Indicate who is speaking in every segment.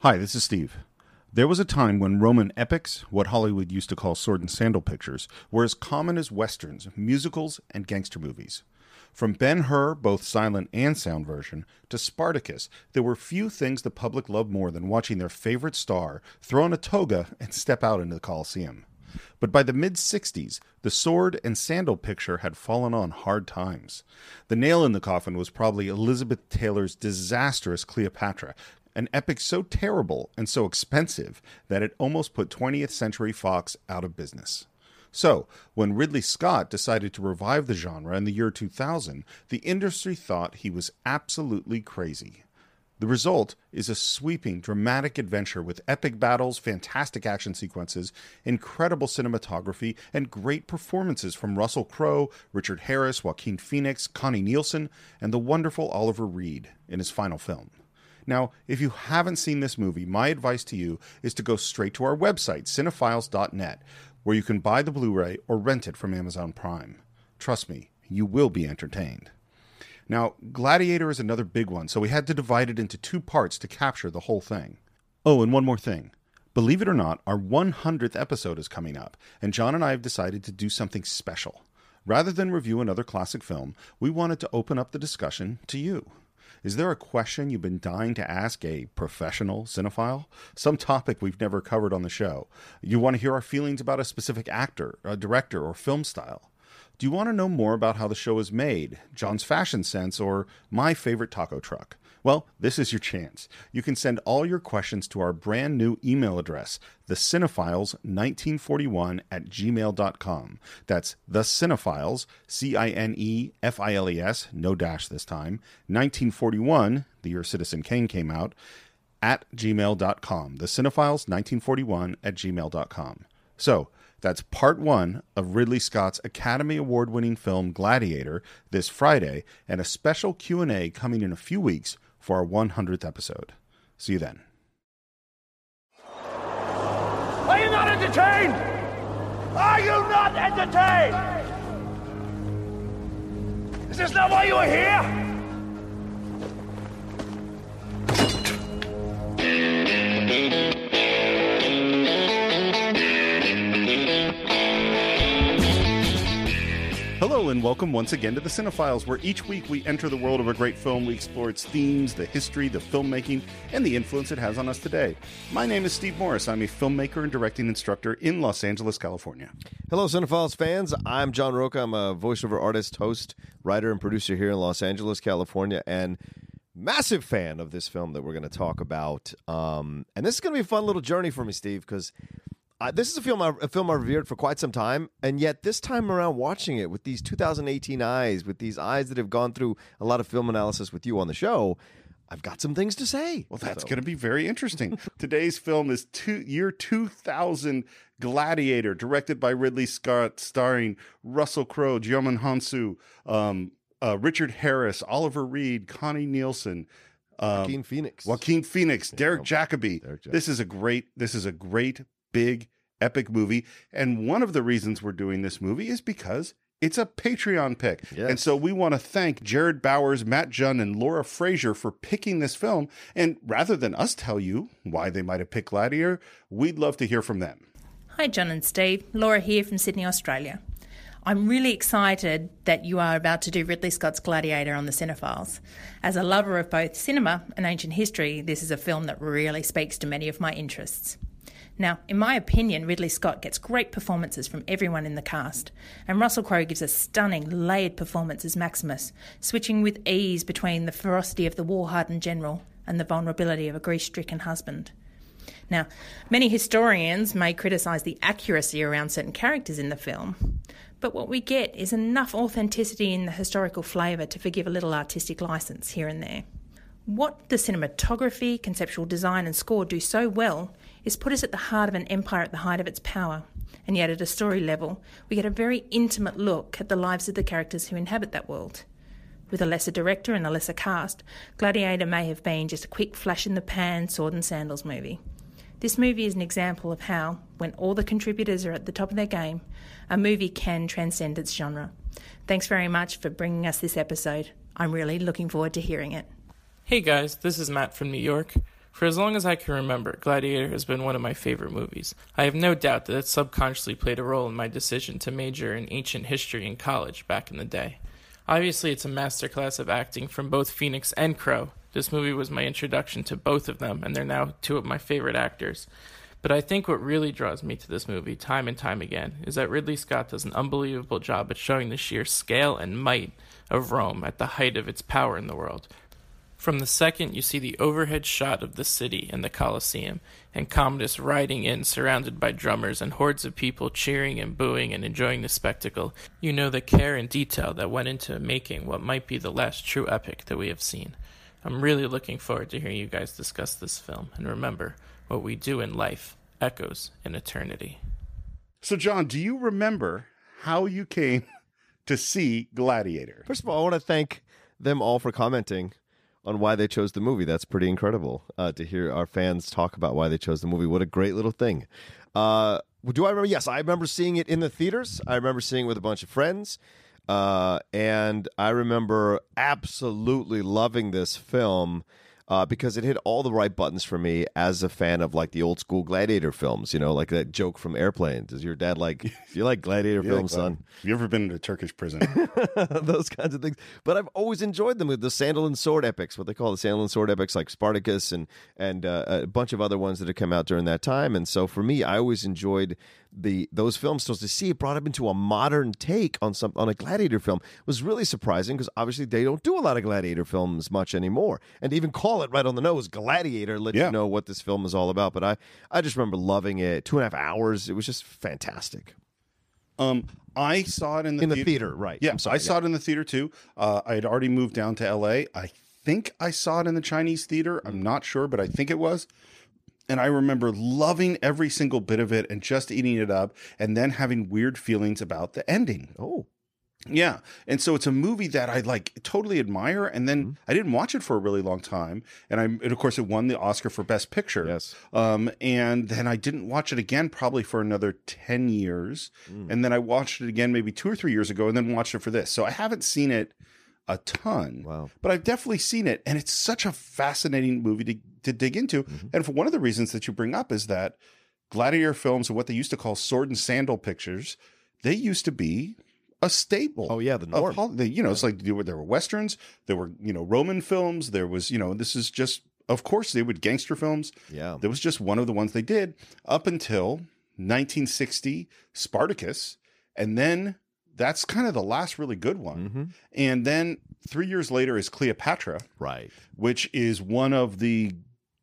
Speaker 1: Hi, this is Steve. There was a time when Roman epics, what Hollywood used to call sword and sandal pictures, were as common as westerns, musicals, and gangster movies. From Ben Hur, both silent and sound version, to Spartacus, there were few things the public loved more than watching their favorite star throw on a toga and step out into the Colosseum. But by the mid 60s, the sword and sandal picture had fallen on hard times. The nail in the coffin was probably Elizabeth Taylor's disastrous Cleopatra, an epic so terrible and so expensive that it almost put 20th Century Fox out of business. So, when Ridley Scott decided to revive the genre in the year 2000, the industry thought he was absolutely crazy. The result is a sweeping, dramatic adventure with epic battles, fantastic action sequences, incredible cinematography, and great performances from Russell Crowe, Richard Harris, Joaquin Phoenix, Connie Nielsen, and the wonderful Oliver Reed in his final film. Now, if you haven't seen this movie, my advice to you is to go straight to our website, cinephiles.net, where you can buy the Blu ray or rent it from Amazon Prime. Trust me, you will be entertained. Now, Gladiator is another big one, so we had to divide it into two parts to capture the whole thing. Oh, and one more thing. Believe it or not, our 100th episode is coming up, and John and I have decided to do something special. Rather than review another classic film, we wanted to open up the discussion to you. Is there a question you've been dying to ask a professional cinephile? Some topic we've never covered on the show? You want to hear our feelings about a specific actor, a director, or film style? Do you want to know more about how the show is made, John's fashion sense, or my favorite taco truck? Well, this is your chance. You can send all your questions to our brand new email address, thecinephiles1941 at gmail.com. That's thecinephiles, C I N E F I L E S, no dash this time, 1941, the year Citizen Kane came out, at gmail.com. Thecinephiles1941 at gmail.com. So, that's part one of Ridley Scott's Academy Award-winning film Gladiator this Friday, and a special Q&A coming in a few weeks for our 100th episode. See you then.
Speaker 2: Are you not entertained? Are you not entertained? Is this not why you are here?
Speaker 1: Hello, and welcome once again to the Cinephiles, where each week we enter the world of a great film. We explore its themes, the history, the filmmaking, and the influence it has on us today. My name is Steve Morris. I'm a filmmaker and directing instructor in Los Angeles, California.
Speaker 3: Hello, Cinephiles fans. I'm John Roca. I'm a voiceover artist, host, writer, and producer here in Los Angeles, California, and massive fan of this film that we're going to talk about. Um, and this is going to be a fun little journey for me, Steve, because uh, this is a film I, a film I revered for quite some time, and yet this time around, watching it with these 2018 eyes, with these eyes that have gone through a lot of film analysis with you on the show, I've got some things to say.
Speaker 1: Well, that's
Speaker 3: So-
Speaker 1: going to be very interesting. Today's film is two, year 2000 Gladiator, directed by Ridley Scott, starring Russell Crowe, Jyomin Hansu, um, uh, Richard Harris, Oliver Reed, Connie Nielsen. Um,
Speaker 3: Joaquin Phoenix.
Speaker 1: Joaquin Phoenix, Derek Jacobi.
Speaker 3: Derek Jacobi.
Speaker 1: This is a great this is a great big epic movie and one of the reasons we're doing this movie is because it's a Patreon pick.
Speaker 3: Yes.
Speaker 1: And so we want to thank Jared Bowers, Matt Jun, and Laura Frazier for picking this film. And rather than us tell you why they might have picked Gladiator, we'd love to hear from them.
Speaker 4: Hi, John and Steve. Laura here from Sydney, Australia. I'm really excited that you are about to do Ridley Scott's Gladiator on the Cinephiles. As a lover of both cinema and ancient history, this is a film that really speaks to many of my interests. Now, in my opinion, Ridley Scott gets great performances from everyone in the cast, and Russell Crowe gives a stunning, layered performance as Maximus, switching with ease between the ferocity of the war hardened general and the vulnerability of a grief stricken husband. Now, many historians may criticise the accuracy around certain characters in the film, but what we get is enough authenticity in the historical flavour to forgive a little artistic licence here and there. What the cinematography, conceptual design, and score do so well is put us at the heart of an empire at the height of its power, and yet at a story level, we get a very intimate look at the lives of the characters who inhabit that world. With a lesser director and a lesser cast, Gladiator may have been just a quick flash in the pan sword and sandals movie. This movie is an example of how, when all the contributors are at the top of their game, a movie can transcend its genre. Thanks very much for bringing us this episode. I'm really looking forward to hearing it.
Speaker 5: Hey guys, this is Matt from New York. For as long as I can remember, Gladiator has been one of my favorite movies. I have no doubt that it subconsciously played a role in my decision to major in ancient history in college back in the day. Obviously, it's a masterclass of acting from both Phoenix and Crow. This movie was my introduction to both of them, and they're now two of my favorite actors. But I think what really draws me to this movie, time and time again, is that Ridley Scott does an unbelievable job at showing the sheer scale and might of Rome at the height of its power in the world. From the second you see the overhead shot of the city and the Colosseum, and Commodus riding in surrounded by drummers and hordes of people cheering and booing and enjoying the spectacle, you know the care and detail that went into making what might be the last true epic that we have seen. I'm really looking forward to hearing you guys discuss this film, and remember, what we do in life echoes in eternity.
Speaker 1: So, John, do you remember how you came to see Gladiator?
Speaker 3: First of all, I want to thank them all for commenting on why they chose the movie. That's pretty incredible uh, to hear our fans talk about why they chose the movie. What a great little thing. Uh, do I remember? Yes, I remember seeing it in the theaters. I remember seeing it with a bunch of friends. Uh, and I remember absolutely loving this film uh, because it hit all the right buttons for me as a fan of like the old school gladiator films. You know, like that joke from Airplane. Does your dad like? Do you like gladiator
Speaker 1: You
Speaker 3: films,
Speaker 1: like that?
Speaker 3: son?
Speaker 1: Have you ever been to a Turkish prison?
Speaker 3: those kinds of things. But I've always enjoyed them with the sandal and sword epics, what they call the sandal and sword epics, like Spartacus and and uh, a bunch of other ones that have come out during that time. And so for me, I always enjoyed the those films. So to see it brought up into a modern take on some on a gladiator film was really surprising because obviously they don't do a lot of gladiator films much anymore. And to even call it right on the nose, gladiator, let
Speaker 1: Yeah.
Speaker 3: you know what this film is all about. But I I just remember loving it. Two and a half hours, it was just fantastic.
Speaker 1: Um, I saw it in the
Speaker 3: In the theater, right.
Speaker 1: Yeah,
Speaker 3: I'm sorry,
Speaker 1: I saw it in the theater too. Uh, I had already moved down to L.A. I think I saw it in the Chinese theater. I'm not sure, but I think it was. And I remember loving every single bit of it and just eating it up, and then having weird feelings about the ending.
Speaker 3: Oh,
Speaker 1: Yeah. And so it's a movie that I like totally admire. And
Speaker 3: Mm-hmm.
Speaker 1: then I didn't watch it for a really long time. And I, and of course, it won the Oscar for Best Picture.
Speaker 3: Yes.
Speaker 1: Um, and then I didn't watch it again probably for another 10 years.
Speaker 3: Mm.
Speaker 1: And then I watched it again maybe two or three years ago and then watched it for this. So I haven't seen it a ton.
Speaker 3: Wow.
Speaker 1: But I've definitely seen it. And it's such a fascinating movie to, to dig into.
Speaker 3: Mm-hmm.
Speaker 1: And for one of the reasons that you bring up is that gladiator films are what they used to call sword and sandal pictures. They used to be a staple.
Speaker 3: Oh, yeah, the
Speaker 1: of
Speaker 3: norm.
Speaker 1: Hol- they- you know, it's like there were, there were westerns, there were you know Roman films, there was you know this is just of course they would gangster films.
Speaker 3: Yeah.
Speaker 1: that was just one of the ones they did up until 1960 Spartacus, and then that's kind of the last really good one.
Speaker 3: Mm-hmm.
Speaker 1: And then three years later is Cleopatra,
Speaker 3: right.
Speaker 1: which is one of the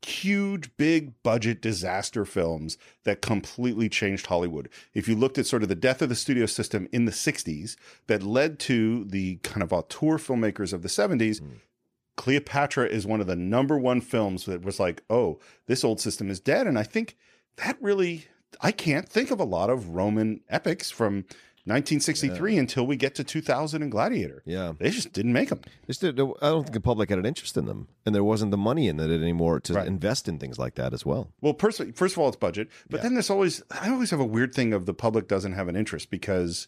Speaker 1: huge big budget disaster films that completely changed Hollywood. If you looked at sort of the death of the studio system in the 60s that led to the kind of auteur filmmakers of the 70s, Cleopatra is one of the number one films that was like, oh, this old system is dead. And I think that really, I can't think of a lot of Roman epics from 1963 until we get to 2000 and Gladiator.
Speaker 3: Yeah.
Speaker 1: They just didn't make them.
Speaker 3: They just did- I don't think the public had an interest in them, and there wasn't the money in it anymore to
Speaker 1: Right.
Speaker 3: invest in things like that as well.
Speaker 1: Well, first, first of all, it's budget, but then there's always I always have a weird thing of the public doesn't have an interest because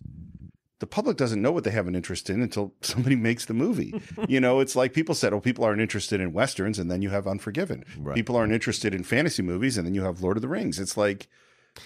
Speaker 1: the public doesn't know what they have an interest in until somebody makes the movie. you know, it's like people said, "Oh, people aren't interested in westerns," and then you have Unforgiven. People aren't interested in fantasy movies, and then you have Lord of the Rings. It's like,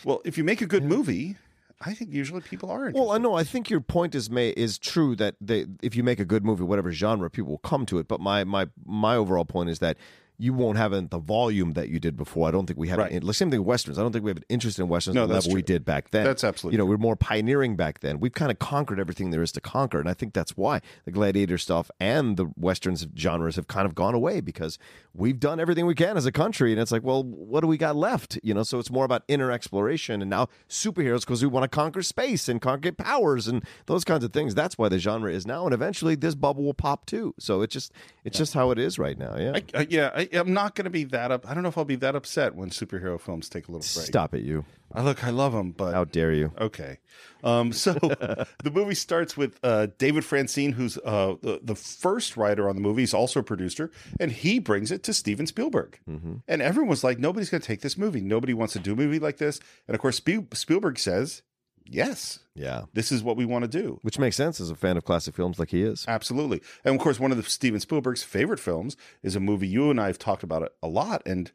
Speaker 1: well, if you make a good movie, I think usually people are. Interested.
Speaker 3: Well, I know. I think your point is may is true that they, if you make a good movie, whatever genre, people will come to it. But my my my overall point is that you won't have an- the volume that you did before. I don't think we have
Speaker 1: Right.
Speaker 3: an, the same thing with westerns. I don't think we have an interest in westerns
Speaker 1: No,
Speaker 3: at the
Speaker 1: that's
Speaker 3: level we
Speaker 1: true.
Speaker 3: did back then.
Speaker 1: That's absolutely
Speaker 3: You know,
Speaker 1: true.
Speaker 3: we were more pioneering back then. We've kind of conquered everything there is to conquer, and I think that's why the gladiator stuff and the westerns genres have kind of gone away because we've done everything we can as a country, and it's like, well, what do we got left? You know, so it's more about inner exploration and now superheroes because we want to conquer space and conquer powers and those kinds of things. That's why the genre is now, and eventually this bubble will pop too. So it's just it's just how it is right now. Yeah,
Speaker 1: I, I, yeah, I, I'm not going to be that up. I don't know if I'll be that upset when superhero films take a little break.
Speaker 3: stop it, you!
Speaker 1: I look, I love them, but
Speaker 3: How dare you?
Speaker 1: Okay. Um, so the movie starts with uh, David Francine, who's uh, the, the first writer on the movie. He's also a producer, and he brings it to Steven Spielberg. And everyone's like, nobody's going to take this movie. Nobody wants to do a movie like this. And of course, Spiel- Spielberg says, yes,
Speaker 3: Yeah.
Speaker 1: this is what we want to do.
Speaker 3: Which makes sense as a fan of classic films like he is.
Speaker 1: Absolutely. And of course, one of the Steven Spielberg's favorite films is a movie you and I have talked about it a lot. And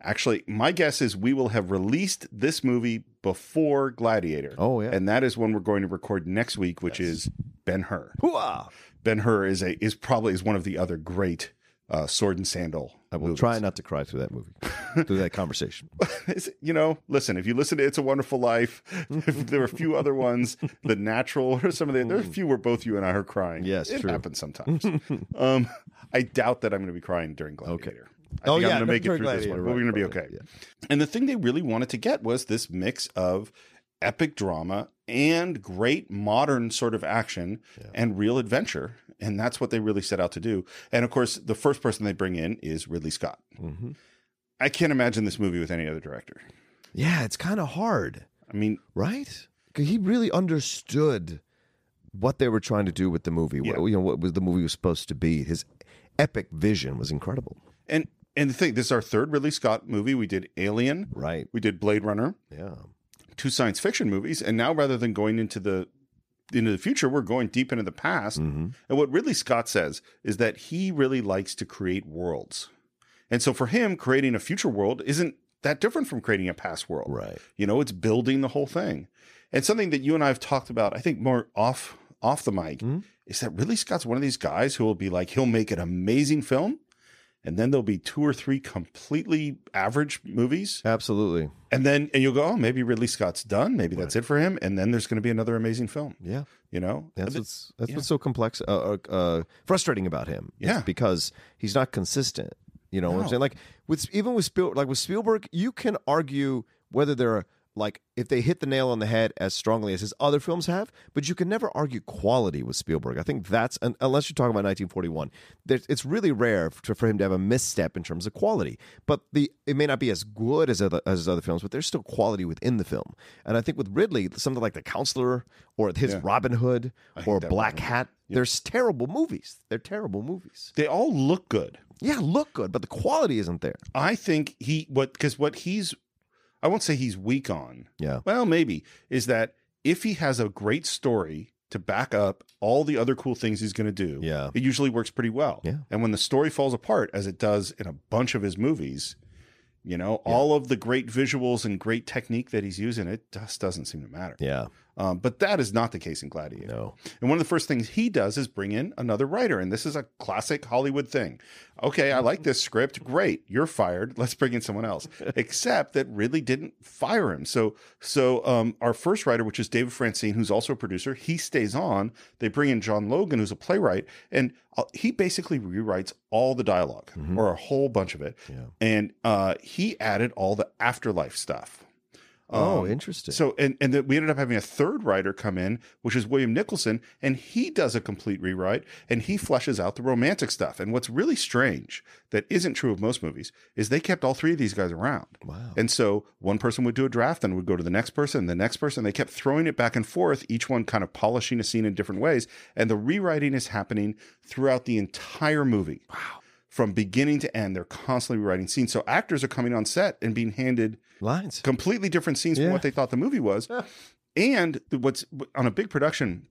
Speaker 1: actually, my guess is we will have released this movie before Gladiator.
Speaker 3: Oh, yeah.
Speaker 1: And that is when we're going to record next week, which is Ben Hur.
Speaker 3: Hooah!
Speaker 1: Ben Hur is a is probably is one of the other great uh, sword and sandal.
Speaker 3: I will try not to cry through that movie, through that conversation.
Speaker 1: It's- you know, listen, if you listen to It's a Wonderful Life, if there were a few other ones, The Natural, or some of the, there are a few where both you and I are crying.
Speaker 3: Hmm. Yes,
Speaker 1: it
Speaker 3: true.
Speaker 1: happens sometimes. um, I doubt that I'm going to be crying during Gladiator. I
Speaker 3: Oh,
Speaker 1: think
Speaker 3: yeah,
Speaker 1: I'm going to make it through
Speaker 3: during
Speaker 1: this one.
Speaker 3: Gladiator,
Speaker 1: We're
Speaker 3: right,
Speaker 1: going to be
Speaker 3: probably,
Speaker 1: okay. And the thing they really wanted to get was this mix of epic drama and great modern sort of action and real adventure. And that's what they really set out to do. And of course, the first person they bring in is Ridley Scott.
Speaker 3: Mm-hmm.
Speaker 1: I can't imagine this movie with any other director.
Speaker 3: Yeah, it's kind of hard,
Speaker 1: I mean,
Speaker 3: right? 'Cause he really understood what they were trying to do with the movie.
Speaker 1: Yeah.
Speaker 3: What, you know, what was the movie was supposed to be. His epic vision was incredible.
Speaker 1: and and the thing, this is our third Ridley Scott movie. We did Alien,
Speaker 3: Right.
Speaker 1: we did Blade Runner,
Speaker 3: Yeah.
Speaker 1: two science fiction movies, and now rather than going into the into the future, we're going deep into the past. And what Ridley Scott says is that he really likes to create worlds. And so for him, creating a future world isn't that different from creating a past world.
Speaker 3: Right.
Speaker 1: You know, it's building the whole thing. And something that you and I have talked about, I think more off off the mic, is that Ridley Scott's one of these guys who will be like, he'll make an amazing film, and then there'll be two or three completely average movies.
Speaker 3: Absolutely.
Speaker 1: And then and you'll go, oh, maybe Ridley Scott's done. Maybe that's it for him. And then there's going to be another amazing film.
Speaker 3: Yeah.
Speaker 1: You know?
Speaker 3: That's what's that's what's so complex, uh, uh, uh, frustrating about him. It's
Speaker 1: Yeah.
Speaker 3: because he's not consistent. You know what
Speaker 1: No.
Speaker 3: I'm saying? Like with even with Spiel, like with Spielberg, you can argue whether they're like if they hit the nail on the head as strongly as his other films have, but you can never argue quality with Spielberg. I think that's un- unless you're talking about 1941. There's, it's really rare for, for him to have a misstep in terms of quality. But the it may not be as good as other, as his other films, but there's still quality within the film. And I think with Ridley, something like The Counselor or his Robin Hood or Black Hat, there's terrible movies. They're terrible movies.
Speaker 1: They all look good.
Speaker 3: Yeah, look good, but the quality isn't there.
Speaker 1: I think he what because what he's I won't say he's weak on.
Speaker 3: Yeah.
Speaker 1: Well, maybe is that if he has a great story to back up all the other cool things he's going to do,
Speaker 3: Yeah.
Speaker 1: it usually works pretty well.
Speaker 3: Yeah.
Speaker 1: And when the story falls apart, as it does in a bunch of his movies, you know, all of the great visuals and great technique that he's using, it just doesn't seem to matter.
Speaker 3: Yeah.
Speaker 1: Um, but that is not the case in Gladiator.
Speaker 3: No.
Speaker 1: And one of the first things he does is bring in another writer. And this is a classic Hollywood thing. Okay, I like this script. Great. You're fired. Let's bring in someone else. Except that Ridley didn't fire him. So so um, our first writer, which is David Francine, who's also a producer, he stays on. They bring in John Logan, who's a playwright, and uh, he basically rewrites all the dialog or a whole bunch of it. And uh, he added all the afterlife stuff.
Speaker 3: Oh, interesting.
Speaker 1: So and and that we ended up having a third writer come in, which is William Nicholson, and he does a complete rewrite and he fleshes out the romantic stuff. And what's really strange that isn't true of most movies is they kept all three of these guys around. Wow. And so one person would do a draft, then would go to the next person, the next person. They kept throwing it back and forth, each one kind of polishing a scene in different ways. And the rewriting is happening throughout the entire movie. Wow. From beginning to end, they're constantly rewriting scenes. So actors are coming on set and being handed
Speaker 3: Lines.
Speaker 1: completely different scenes
Speaker 3: Yeah.
Speaker 1: from what they thought the movie was. and what's on a big production,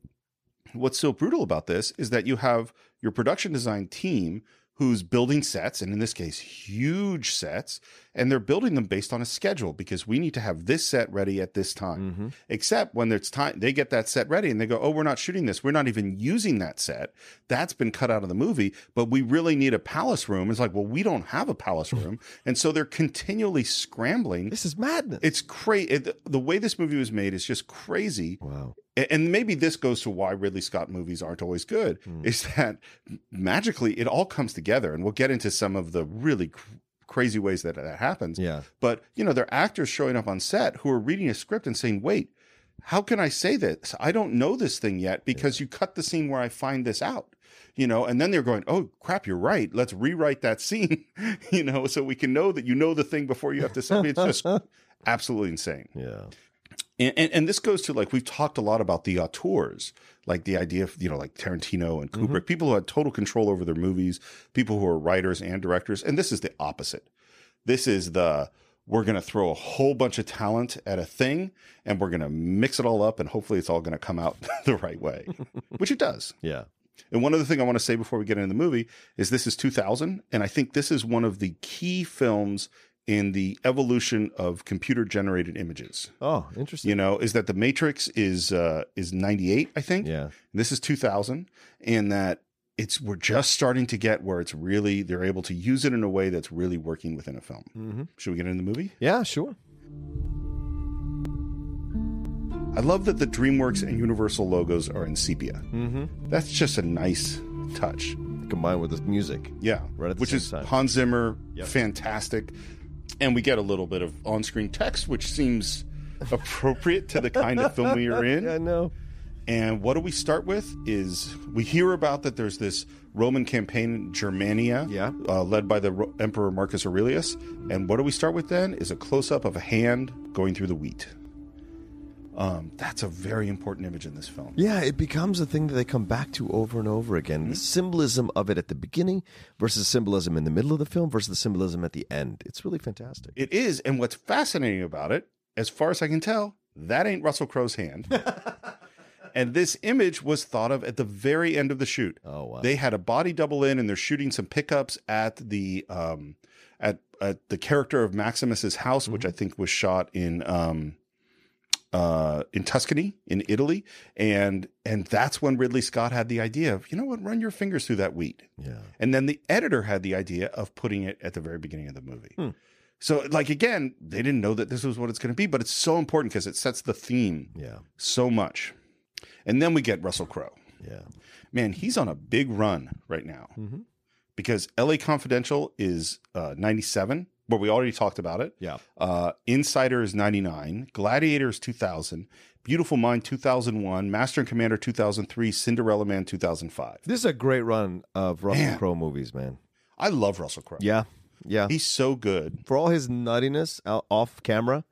Speaker 1: what's so brutal about this is that you have your production design team who's building sets, and in this case, huge sets, and they're building them based on a schedule because we need to have this set ready at this time.
Speaker 3: Mm-hmm.
Speaker 1: Except when it's time, they get that set ready and they go, Oh, we're not shooting this. We're not even using that set. That's been cut out of the movie, but we really need a palace room. It's like, Well, we don't have a palace room. and so they're continually scrambling
Speaker 3: This is madness.
Speaker 1: it's crazy. The way this movie was made is just crazy.
Speaker 3: wow.
Speaker 1: A- And maybe this goes to why Ridley Scott movies aren't always good is that magically it all comes together. And we'll get into some of the really cr- crazy ways that that happens.
Speaker 3: Yeah.
Speaker 1: But, you know, there are actors showing up on set who are reading a script and saying, wait, how can I say this? I don't know this thing yet because you cut the scene where I find this out, you know, and then they're going, oh crap, you're right. Let's rewrite that scene, you know, so we can know that you know the thing before you have to say it. It's just absolutely insane.
Speaker 3: Yeah.
Speaker 1: And, and and this goes to like we've talked a lot about the auteurs, like the idea of you know like Tarantino and Kubrick, people who had total control over their movies, people who are writers and directors, and this is the opposite. This is the we're going to throw a whole bunch of talent at a thing and we're going to mix it all up and hopefully it's all going to come out the right way, which it does.
Speaker 3: Yeah.
Speaker 1: And one other thing I want to say before we get into the movie is this is 2000, and I think this is one of the key films in the evolution of computer generated images.
Speaker 3: Oh, interesting.
Speaker 1: You know, is that the Matrix is uh, is 98, I think.
Speaker 3: Yeah.
Speaker 1: This is 2000, and that it's we're just starting to get where it's really they're able to use it in a way that's really working within a film.
Speaker 3: Mm-hmm.
Speaker 1: Should we get into the movie?
Speaker 3: Yeah, sure.
Speaker 1: I love that the DreamWorks and Universal logos are in sepia. Mm-hmm. That's just a nice touch.
Speaker 3: Combined with the music.
Speaker 1: Yeah,
Speaker 3: Right at the
Speaker 1: which
Speaker 3: same
Speaker 1: is
Speaker 3: time.
Speaker 1: Hans Zimmer,
Speaker 3: Yep.
Speaker 1: fantastic, and we get a little bit of on-screen text, which seems appropriate to the kind of film we are in.
Speaker 3: Yeah, I know.
Speaker 1: And what do we start with? Is we hear about that there's this Roman campaign in Germania,
Speaker 3: Yeah.
Speaker 1: uh, led by the Ro- Emperor Marcus Aurelius. And what do we start with then? Is a close-up of a hand going through the wheat. Um, that's a very important image in this film.
Speaker 3: Yeah, it becomes a thing that they come back to over and over again. The symbolism of it at the beginning versus symbolism in the middle of the film versus the symbolism at the end. It's really fantastic.
Speaker 1: It is, and what's fascinating about it, as far as I can tell, that ain't Russell Crowe's hand. and this image was thought of at the very end of the shoot.
Speaker 3: Oh, wow.
Speaker 1: They had a body double in, and they're shooting some pickups at the um, at at the character of Maximus's house,
Speaker 3: Mm-hmm.
Speaker 1: which I think was shot in um, uh, in Tuscany in Italy, and and that's when Ridley Scott had the idea of you know what, run your fingers through that wheat.
Speaker 3: Yeah.
Speaker 1: And then the editor had the idea of putting it at the very beginning of the movie.
Speaker 3: Hmm.
Speaker 1: So, like, again, they didn't know that this was what it's going to be, but it's so important because it sets the theme
Speaker 3: Yeah.
Speaker 1: so much. And then we get Russell Crowe.
Speaker 3: Yeah.
Speaker 1: Man, he's on a big run right now
Speaker 3: Mm-hmm.
Speaker 1: because LA Confidential is uh, 97, where we already talked about it.
Speaker 3: Yeah.
Speaker 1: Uh, Insider is 99, Gladiator is 2000, Beautiful Mind 2001, Master and Commander 2003, Cinderella Man 2005.
Speaker 3: This is a great run of Russell
Speaker 1: Man.
Speaker 3: Crowe movies, man.
Speaker 1: I love Russell Crowe.
Speaker 3: Yeah. Yeah.
Speaker 1: He's so good.
Speaker 3: For all his nuttiness out, off camera,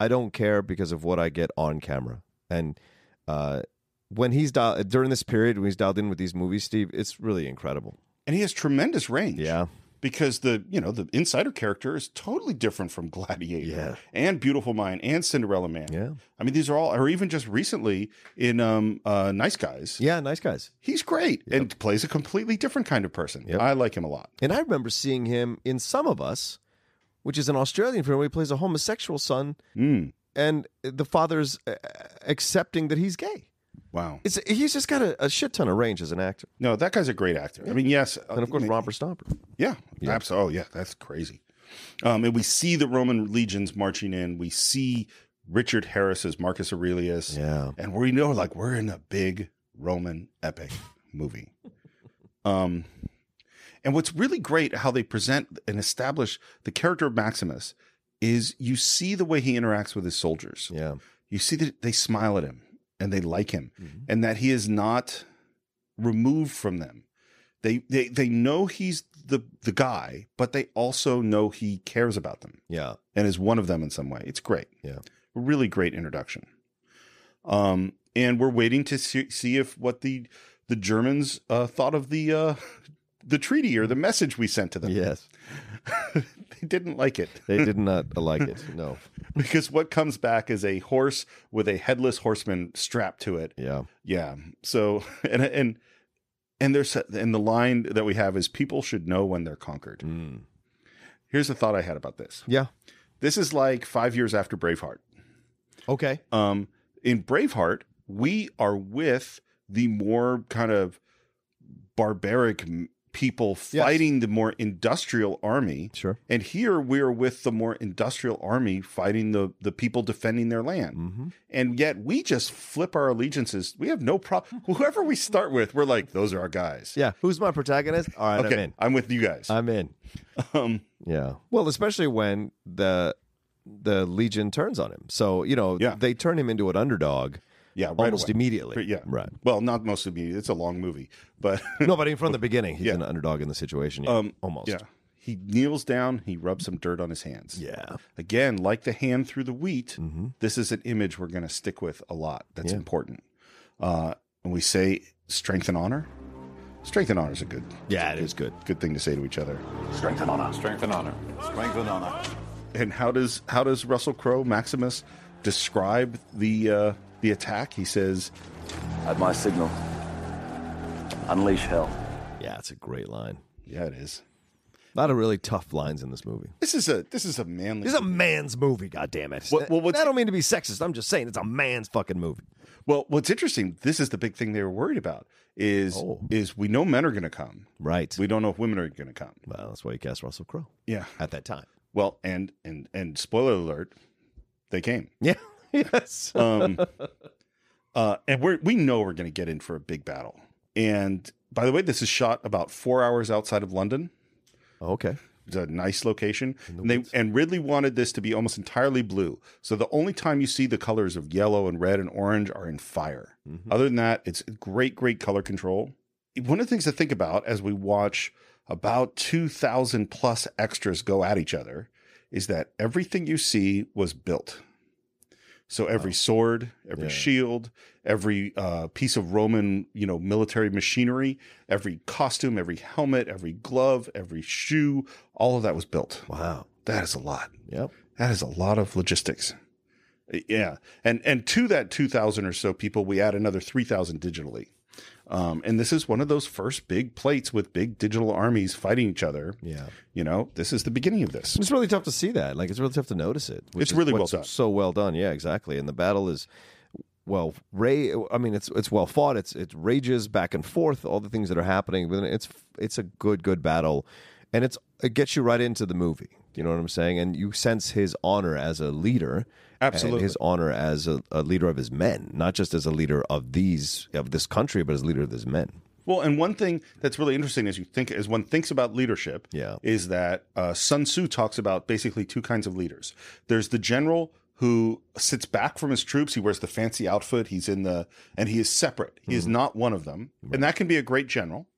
Speaker 3: I don't care because of what I get on camera. And uh, when he's dialed during this period when he's dialed in with these movies, Steve, it's really incredible.
Speaker 1: and he has tremendous range.
Speaker 3: Yeah.
Speaker 1: Because the you know the insider character is totally different from Gladiator
Speaker 3: Yeah.
Speaker 1: and Beautiful Mind and Cinderella Man.
Speaker 3: Yeah.
Speaker 1: I mean these are all, or even just recently in um uh, Nice Guys,
Speaker 3: Yeah, nice guys.
Speaker 1: he's great and plays a completely different kind of person.
Speaker 3: Yep.
Speaker 1: I like him a lot.
Speaker 3: And I remember seeing him in Some of Us, which is an Australian film where he plays a homosexual son, Mm. and the father's uh, accepting that he's gay.
Speaker 1: Wow,
Speaker 3: It's he's just got a, a shit ton of range as an actor,
Speaker 1: no, that guy's a great actor. I mean, yes, uh,
Speaker 3: and of course,
Speaker 1: I mean,
Speaker 3: Romper Stomper.
Speaker 1: Yeah, absolutely. Oh, yeah, that's crazy. Um, and we see the Roman legions marching in. We see Richard Harris as Marcus Aurelius.
Speaker 3: Yeah.
Speaker 1: and we know like we're in a big Roman epic movie. Um, and what's really great how they present and establish the character of Maximus is you see the way he interacts with his soldiers
Speaker 3: Yeah,
Speaker 1: you see that they smile at him and they like him and that he is not removed from them they they they know he's the the guy but they also know he cares about them
Speaker 3: yeah,
Speaker 1: and is one of them in some way it's great
Speaker 3: yeah.
Speaker 1: a really great introduction um and we're waiting to see, see if what the the germans uh thought of the uh the treaty or the message we sent to them
Speaker 3: Yes,
Speaker 1: they didn't like it
Speaker 3: they did not like it. No,
Speaker 1: because what comes back is a horse with a headless horseman strapped to it
Speaker 3: yeah,
Speaker 1: Yeah. So and and and there's and the line that we have is people should know when they're conquered. Here's a thought I had about this.
Speaker 3: yeah.
Speaker 1: This is like five years after Braveheart.
Speaker 3: Okay,
Speaker 1: Um, in Braveheart, we are with the more kind of barbaric m- people fighting the more industrial army.
Speaker 3: Sure.
Speaker 1: And here we are with the more industrial army fighting the the people defending their land.
Speaker 3: Mm-hmm.
Speaker 1: And yet we just flip our allegiances. We have no problem. Whoever we start with, we're like, those are our guys.
Speaker 3: yeah. Who's my protagonist? All right, I'm
Speaker 1: Okay,
Speaker 3: in.
Speaker 1: I'm, with you guys.
Speaker 3: I'm in.
Speaker 1: um,
Speaker 3: Yeah. Well, especially when the the Legion turns on him. So you know,
Speaker 1: Yeah.
Speaker 3: they turn him into an underdog.
Speaker 1: yeah, right
Speaker 3: almost
Speaker 1: away.
Speaker 3: immediately.
Speaker 1: Yeah,
Speaker 3: right.
Speaker 1: Well, not most of you. It's a long movie, but
Speaker 3: No, but from the beginning, he's
Speaker 1: Yeah.
Speaker 3: an underdog in the situation. Yeah.
Speaker 1: Um,
Speaker 3: almost.
Speaker 1: Yeah. He kneels down, he rubs some dirt on his hands.
Speaker 3: Yeah.
Speaker 1: Again, like the hand through the wheat,
Speaker 3: Mm-hmm.
Speaker 1: this is an image we're going to stick with a lot. That's important. Uh, and we say strength and honor. Strength and honor is a good,
Speaker 3: Yeah, it is good.
Speaker 1: good thing to say to each other.
Speaker 6: Strength and honor. Strength and honor. Strength and honor.
Speaker 1: and how does how does Russell Crowe Maximus describe the uh, the attack? He says,
Speaker 6: At my signal, unleash hell.
Speaker 3: Yeah, it's a great line.
Speaker 1: "Yeah, it is.
Speaker 3: A lot of really tough lines in this movie.
Speaker 1: This is a this is a manly.
Speaker 3: This is a man's movie, goddammit.
Speaker 1: What- well, what's-
Speaker 3: I don't mean to be sexist. I'm just saying it's a man's fucking movie.
Speaker 1: Well, what's interesting, this is the big thing they were worried about is
Speaker 3: Oh.
Speaker 1: is we know men are going to come.
Speaker 3: Right.
Speaker 1: We don't know if women are going to come.
Speaker 3: well, that's why you cast Russell Crowe
Speaker 1: Yeah.
Speaker 3: at that time.
Speaker 1: Well, and and and spoiler alert, they came.
Speaker 3: Yeah. yes.
Speaker 1: Um uh and we are we know we're going to get in for a big battle. And by the way, this is shot about 4 hours outside of London.
Speaker 3: Oh, okay.
Speaker 1: It's a nice location. and, they, and Ridley wanted this to be almost entirely blue. So the only time you see the colors of yellow and red and orange are in fire. Other than that, it's great, great color control. One of the things to think about as we watch about 2,000 plus extras go at each other is that everything you see was built. So every sword, every
Speaker 3: Yeah.
Speaker 1: shield, every uh, piece of Roman, you know, military machinery, every costume, every helmet, every glove, every shoe, all of that was built.
Speaker 3: Wow.
Speaker 1: That is a lot.
Speaker 3: Yep.
Speaker 1: That is a lot of logistics. Yeah, and and to that two thousand or so people, we add another three thousand digitally. Um, and this is one of those first big plates with big digital armies fighting each other.
Speaker 3: Yeah.
Speaker 1: You know, this is the beginning of this.
Speaker 3: It's really tough to see that. Like it's really tough to notice it. which
Speaker 1: It's
Speaker 3: is
Speaker 1: really well
Speaker 3: what's
Speaker 1: done.
Speaker 3: So well done. Yeah, exactly. And the battle is well, Ray. I mean, it's it's well fought. It's it rages back and forth. All the things that are happening. But It's it's a good good battle, and it's it gets you right into the movie. You know what I'm saying? And you sense his honor as a leader. and
Speaker 1: Absolutely.
Speaker 3: his honor as a, a leader of his men, not just as a leader of these of this country, but as a leader of his men.
Speaker 1: Well, and one thing that's really interesting as you think as one thinks about leadership,
Speaker 3: Yeah.
Speaker 1: is that uh, Sun Tzu talks about basically two kinds of leaders. There's the general who sits back from his troops. He wears the fancy outfit. He's in the and he is separate. He is not one of them, and that can be a great general.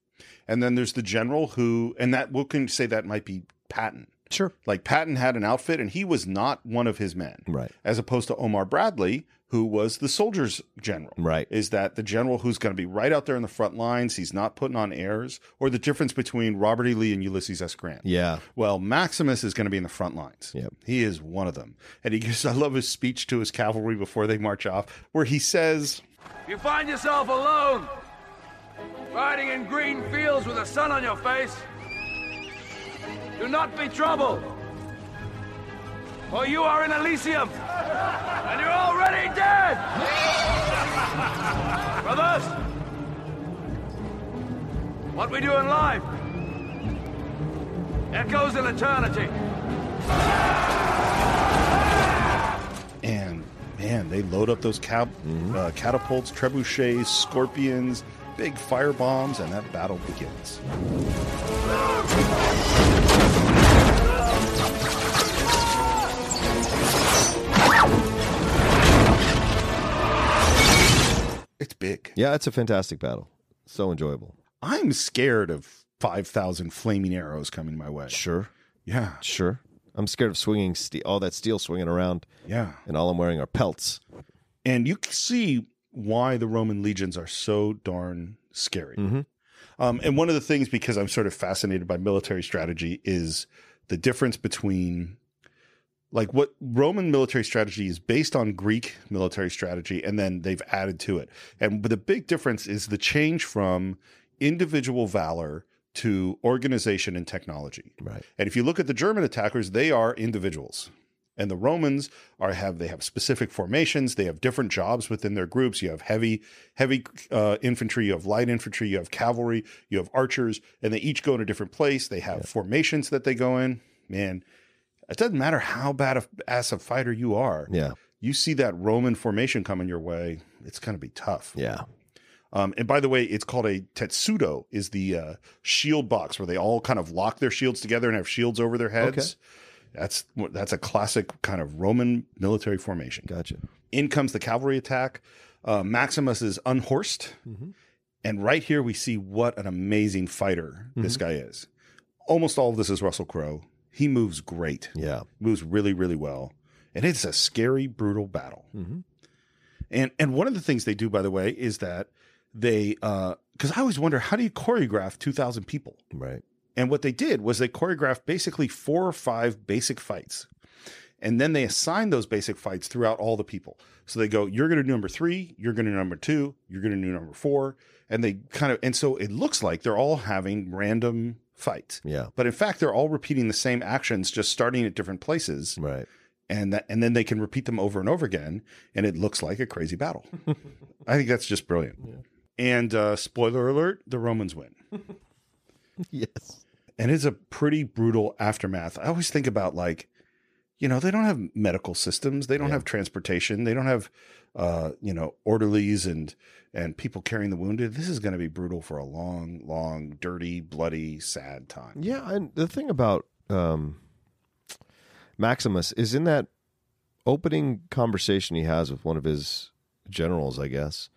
Speaker 1: And then there's the general who, and that we can say that might be Patton.
Speaker 3: Sure.
Speaker 1: Like Patton had an outfit, and he was not one of his men,
Speaker 3: Right.
Speaker 1: As opposed to Omar Bradley, who was the soldiers' general,
Speaker 3: Right.
Speaker 1: is that the general who's going to be right out there in the front lines, he's not putting on airs, or the difference between Robert E. Lee and Ulysses S. Grant.
Speaker 3: Yeah.
Speaker 1: Well, Maximus is going to be in the front lines.
Speaker 3: Yep.
Speaker 1: He is one of them. And he gives, I love his speech to his cavalry before they march off, where he says,
Speaker 2: You find yourself alone, riding in green fields with the sun on your face. Do not be troubled, for you are in Elysium, and you're already dead. Brothers, what we do in life echoes in eternity.
Speaker 1: and man, they load up those cap, uh, catapults, trebuchets, scorpions, big fire bombs, and that battle begins. It's big.
Speaker 3: Yeah. It's a fantastic battle. So enjoyable.
Speaker 1: I'm scared of 5,000 flaming arrows coming my way.
Speaker 3: Sure.
Speaker 1: Yeah.
Speaker 3: Sure. I'm scared of swinging ste- all that steel swinging around,
Speaker 1: Yeah.
Speaker 3: and all I'm wearing are pelts.
Speaker 1: and you can see why the Roman legions are so darn scary. Um, and one of the things, because I'm sort of fascinated by military strategy, is the difference between like what Roman military strategy is based on Greek military strategy, and then they've added to it. And the big difference is the change from individual valor to organization and technology.
Speaker 3: Right.
Speaker 1: And if you look at the German attackers, they are individuals. And the Romans are have they have specific formations. They have different jobs within their groups. You have heavy heavy uh, infantry, you have light infantry, you have cavalry, you have archers, and they each go in a different place. They have formations that they go in. Man, it doesn't matter how bad of ass a fighter you are.
Speaker 3: Yeah.
Speaker 1: You see that Roman formation coming your way, it's going to be tough.
Speaker 3: Yeah.
Speaker 1: Um, and by the way, it's called a tetsudo. Is the uh, shield box where they all kind of lock their shields together and have shields over their heads. That's that's a classic kind of Roman military formation.
Speaker 3: Gotcha.
Speaker 1: In comes the cavalry attack. Uh, Maximus is unhorsed,
Speaker 3: Mm-hmm.
Speaker 1: and right here we see what an amazing fighter this
Speaker 3: Mm-hmm.
Speaker 1: guy is. Almost all of this is Russell Crowe. He moves great
Speaker 3: Yeah.
Speaker 1: moves really really well and it's a scary brutal battle and and one of the things they do by the way is that they uh because i always wonder how do you choreograph 2000 people
Speaker 3: Right.
Speaker 1: and what they did was they choreographed basically four or five basic fights And then they assign those basic fights throughout all the people. So they go, you're going to do number three, you're going to do number two, you're going to do number four. And they kind of, and so it looks like they're all having random fights.
Speaker 3: Yeah.
Speaker 1: But in fact, they're all repeating the same actions, just starting at different places.
Speaker 3: Right.
Speaker 1: And that, and then they can repeat them over and over again. And it looks like a crazy battle. I think that's just brilliant. And uh, spoiler alert, the Romans win
Speaker 3: Yes.
Speaker 1: and it's a pretty brutal aftermath. I always think about like, you know, they don't have medical systems, they don't have transportation, they don't have, uh, you know, orderlies and and people carrying the wounded. This is going to be brutal for a long, long, dirty, bloody, sad time.
Speaker 3: Yeah, and the thing about um, Maximus is in that opening conversation he has with one of his generals, I guess,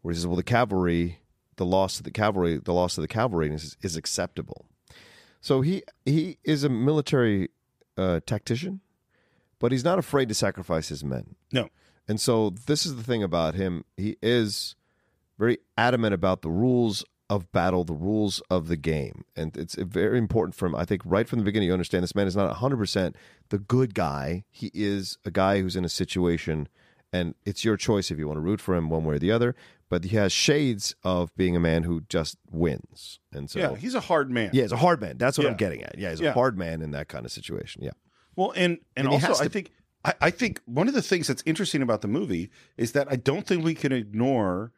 Speaker 3: where he says, "Well, the cavalry, the loss of the cavalry, the loss of the cavalry is, is acceptable." So he he is a military uh, tactician, but he's not afraid to sacrifice his men.
Speaker 1: No,
Speaker 3: And so this is the thing about him. He is very adamant about the rules of battle, the rules of the game. And it's very important for him. I think right from the beginning, you understand this man is not 100% the good guy. He is a guy who's in a situation, and it's your choice if you want to root for him one way or the other. But he has shades of being a man who just wins. And so,
Speaker 1: yeah, he's a hard man.
Speaker 3: yeah, he's a hard man. That's what I'm
Speaker 1: Yeah.
Speaker 3: getting at. Yeah, he's
Speaker 1: Yeah.
Speaker 3: a hard man in that kind of situation. Yeah.
Speaker 1: Well, and and,
Speaker 3: And he has
Speaker 1: also I
Speaker 3: to-
Speaker 1: think I, I think one of the things that's interesting about the movie is that I don't think we can ignore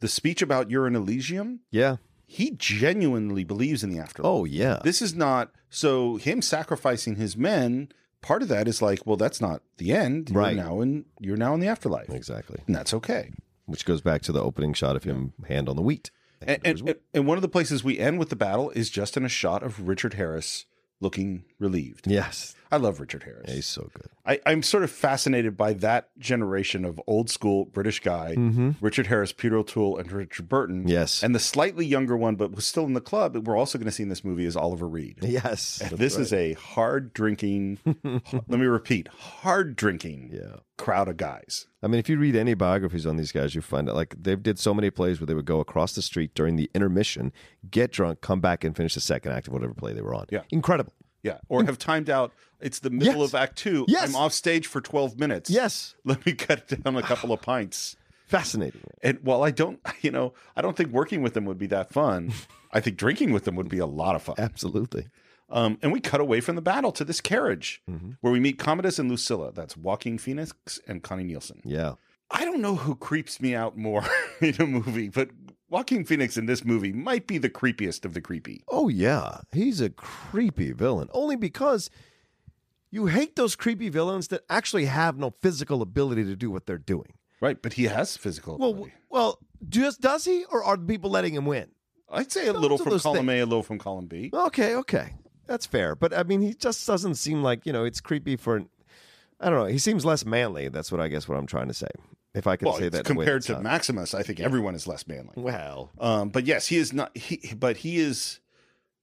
Speaker 1: the speech about you're in Elysium.
Speaker 3: Yeah.
Speaker 1: He genuinely believes in the afterlife.
Speaker 3: Oh, yeah.
Speaker 1: This is not so him sacrificing his men. Part of that is like, well, that's not the end. You're
Speaker 3: Right.
Speaker 1: now, in you're now in the afterlife,
Speaker 3: Exactly.
Speaker 1: and that's okay.
Speaker 3: which goes back to the opening shot of him hand on the wheat.
Speaker 1: And, and, and- and one of the places we end with the battle is just in a shot of Richard Harris looking relieved.
Speaker 3: yes,
Speaker 1: I love Richard Harris.
Speaker 3: he's so good.
Speaker 1: I, I'm sort of fascinated by that generation of old school British guy, Richard Harris, Peter O'Toole, and Richard Burton.
Speaker 3: Mm-hmm. Yes.
Speaker 1: and the slightly younger one, but was still in the club. We're also going to see in this movie is Oliver Reed.
Speaker 3: Yes,
Speaker 1: this is a hard drinking let me repeat hard drinking
Speaker 3: Yeah.
Speaker 1: crowd of guys
Speaker 3: I mean, if you read any biographies on these guys, you find out like they did so many plays where they would go across the street during the intermission, get drunk, come back, and finish the second act of whatever play they were on.
Speaker 1: Yeah.
Speaker 3: incredible.
Speaker 1: yeah or have timed out it's the middle
Speaker 3: Mm. Yes.
Speaker 1: of act two
Speaker 3: Yes.
Speaker 1: i'm off stage for 12 minutes
Speaker 3: Yes,
Speaker 1: let me cut down a couple of pints
Speaker 3: fascinating.
Speaker 1: and while i don't you know i don't think working with them would be that fun i think drinking with them would be a lot of fun
Speaker 3: Absolutely.
Speaker 1: um, and we cut away from the battle to this carriage
Speaker 3: Mm-hmm.
Speaker 1: where we meet commodus and lucilla that's walking phoenix and connie nielsen
Speaker 3: Yeah.
Speaker 1: I don't know who creeps me out more in a movie, but Joaquin Phoenix in this movie might be the creepiest of the creepy.
Speaker 3: Oh yeah, he's a creepy villain. Only because you hate those creepy villains that actually have no physical ability to do what they're doing.
Speaker 1: Right, but he has physical
Speaker 3: Well,
Speaker 1: ability.
Speaker 3: w- well, just does he, or are the people letting him win?
Speaker 1: I'd say a
Speaker 3: those
Speaker 1: little
Speaker 3: are
Speaker 1: from
Speaker 3: those
Speaker 1: column
Speaker 3: things.
Speaker 1: A, a little from column B.
Speaker 3: Okay, okay, that's fair. But I mean, he just doesn't seem like you know. It's creepy for. an- I don't know. He seems less manly. That's what I guess what I'm trying to say. If I can
Speaker 1: Well,
Speaker 3: say
Speaker 1: it's
Speaker 3: that uh, the way
Speaker 1: compared
Speaker 3: that
Speaker 1: to
Speaker 3: sounds.
Speaker 1: Maximus, I think everyone is less manly.
Speaker 3: Well,
Speaker 1: Um, but yes, he is not. He, but he is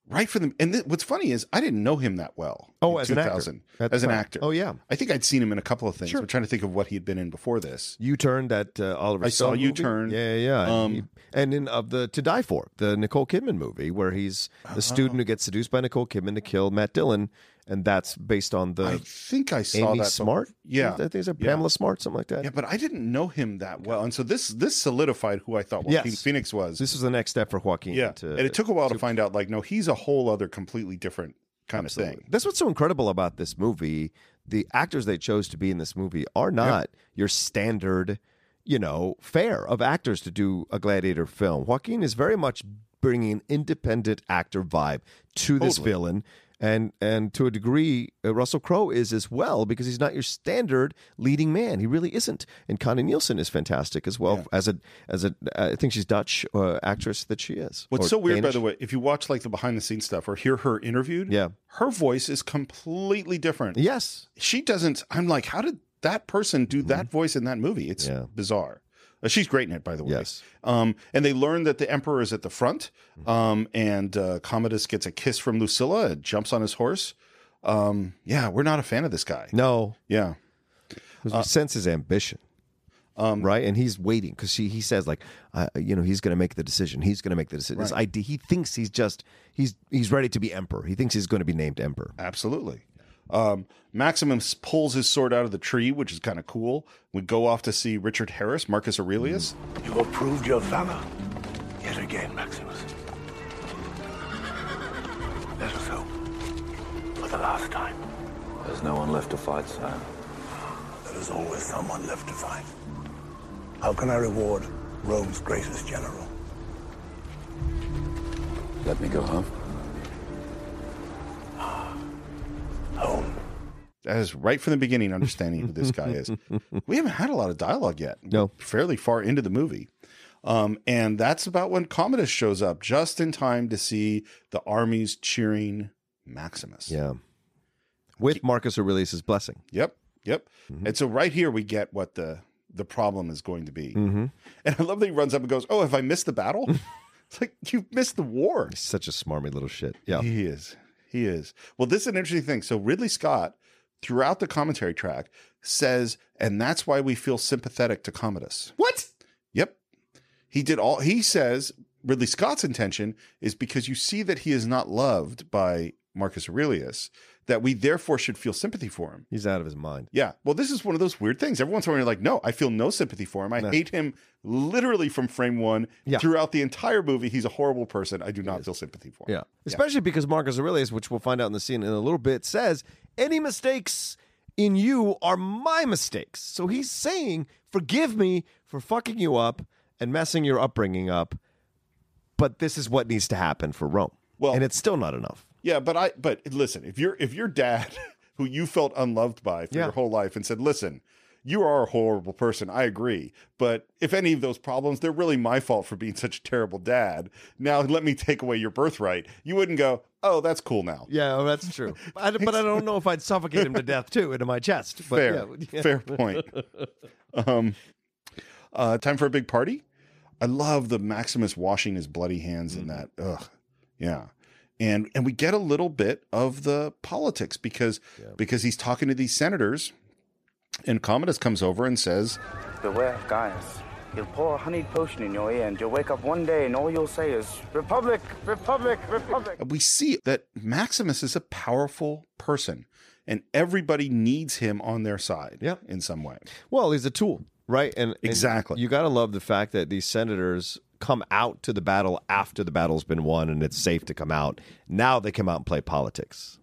Speaker 1: right for them. And th- what's funny is I didn't know him that well.
Speaker 3: Oh,
Speaker 1: in
Speaker 3: as an actor.
Speaker 1: 2000,
Speaker 3: At the
Speaker 1: as an
Speaker 3: time.
Speaker 1: actor.
Speaker 3: Oh, yeah.
Speaker 1: I think I'd seen him in a couple of things.
Speaker 3: Sure.
Speaker 1: I'm trying to think of what he had been in before this.
Speaker 3: you turned that uh, Oliver.
Speaker 1: I saw
Speaker 3: Stone movie.
Speaker 1: U-Turn.
Speaker 3: Yeah, yeah. yeah.
Speaker 1: Um,
Speaker 3: And he- and in of the To Die For, the Nicole Kidman movie, where he's
Speaker 1: Oh.
Speaker 3: the student who gets seduced by Nicole Kidman to kill Matt Dillon, and that's based on the
Speaker 1: I think I saw
Speaker 3: Amy
Speaker 1: that.
Speaker 3: Smart.
Speaker 1: Yeah.
Speaker 3: I think it's a
Speaker 1: Yeah.
Speaker 3: Pamela Smart, something like that.
Speaker 1: Yeah, but I didn't know him that well, and so this this solidified who I thought Joaquin
Speaker 3: Yes.
Speaker 1: Phoenix was.
Speaker 3: This is the next step for Joaquin.
Speaker 1: yeah,
Speaker 3: to-
Speaker 1: and it took a while to find out. Like, no, he's a whole other, completely different kind of thing.
Speaker 3: That's what's so incredible about this movie. The actors they chose to be in this movie are not your standard, you know, fare of actors to do a gladiator film. Joaquin is very much bringing an independent actor vibe to this
Speaker 1: Totally.
Speaker 3: villain. And and to a degree, uh, Russell Crowe is as well because he's not your standard leading man. He really isn't. And Connie Nielsen is fantastic as well as a as a I think she's Dutch uh, actress that she is.
Speaker 1: What's
Speaker 3: Or
Speaker 1: so weird, by
Speaker 3: Danish.
Speaker 1: the way, if you watch like the behind the scenes stuff or hear her interviewed,
Speaker 3: Yeah.
Speaker 1: her voice is completely different.
Speaker 3: Yes,
Speaker 1: she doesn't. I'm like, how did that person do that voice in that movie? It's
Speaker 3: Mm-hmm. Yeah.
Speaker 1: bizarre. Uh, she's great in it, by the way.
Speaker 3: Yes. Mm-hmm.
Speaker 1: Um, and they learn that the emperor is at the front, um, and uh, Commodus gets a kiss from Lucilla, and jumps on his horse. Um, yeah, we're not a fan of this guy.
Speaker 3: no,
Speaker 1: Yeah.
Speaker 3: Because
Speaker 1: Uh,
Speaker 3: we sense his ambition.
Speaker 1: um,
Speaker 3: right, and he's waiting because he he says like, uh, you know, he's going to make the decision. He's going to make the decision. This
Speaker 1: Right.
Speaker 3: idea, he thinks he's just he's he's ready to be emperor. He thinks he's going to be named emperor.
Speaker 1: Absolutely. Um, Maximus pulls his sword out of the tree, which is kind of cool. We go off to see Richard Harris, Marcus Aurelius.
Speaker 3: Mm-hmm.
Speaker 2: You have proved your valor yet again, Maximus. Let us hope for the last time.
Speaker 6: There's no one left to fight, sire.
Speaker 2: There is always someone left to fight. How can I reward Rome's greatest general?
Speaker 6: Let me go home.
Speaker 2: Home.
Speaker 1: That is right from the beginning, understanding who this guy is. We haven't had a lot of dialogue yet.
Speaker 3: No.
Speaker 1: We're fairly far into the movie. Um, and that's about when Commodus shows up, just in time to see the armies cheering Maximus.
Speaker 3: Yeah. With Marcus Aurelius' blessing.
Speaker 1: Yep. Yep.
Speaker 3: Mm-hmm.
Speaker 1: And so right here we get what the the problem is going to be.
Speaker 3: Mm-hmm.
Speaker 1: And I love that he runs up and goes, "Oh, have I missed the battle?" it's like you've missed the war.
Speaker 3: Such a smarmy little shit. Yeah.
Speaker 1: He is. He is. Well, this is an interesting thing. So Ridley Scott, throughout the commentary track, says, and that's why we feel sympathetic to Commodus.
Speaker 3: What?
Speaker 1: Yep. He did all he says Ridley Scott's intention is because you see that he is not loved by Marcus Aurelius, that we therefore should feel sympathy for him.
Speaker 3: He's out of his mind.
Speaker 1: Yeah. Well, this is one of those weird things. Every once in a while, you're like, no, I feel no sympathy for him. I hate him literally from frame one
Speaker 3: Yeah.
Speaker 1: throughout the entire movie. He's a horrible person. I do not feel sympathy for him.
Speaker 3: Yeah. Especially because Marcus Aurelius, which we'll find out in the scene in a little bit, says, Any mistakes in you are my mistakes. So he's saying, Forgive me for fucking you up and messing your upbringing up. But this is what needs to happen for Rome.
Speaker 1: Well-
Speaker 3: and it's still not enough.
Speaker 1: Yeah, but I but listen, if your if your dad, who you felt unloved by for
Speaker 3: Yeah.
Speaker 1: your whole life, and said, "Listen, you are a horrible person," I agree. But if any of those problems, they're really my fault for being such a terrible dad. Now let me take away your birthright. You wouldn't go, "Oh, that's cool now."
Speaker 3: Yeah, well, that's true. I, but I don't know if I'd suffocate him to death too into my chest. But
Speaker 1: fair,
Speaker 3: yeah, yeah.
Speaker 1: fair point. um, uh, time for a big party. I love the Maximus washing his bloody hands
Speaker 3: Mm.
Speaker 1: in that. Ugh, yeah. And and we get a little bit of the politics because because he's talking to these senators, and Commodus comes over and says,
Speaker 7: Beware of Gaius. He'll pour a honeyed potion in your ear, and you'll wake up one day, and all you'll say is, Republic, Republic, Republic.
Speaker 1: "Uh, we see that Maximus is a powerful person, and everybody needs him on their side.
Speaker 3: Yeah.
Speaker 1: in some way.
Speaker 3: Well, he's a tool, right? And and
Speaker 1: Exactly.
Speaker 3: you got to love the fact that these senators come out to the battle after the battle's been won and it's safe to come out. Now they come out and play politics.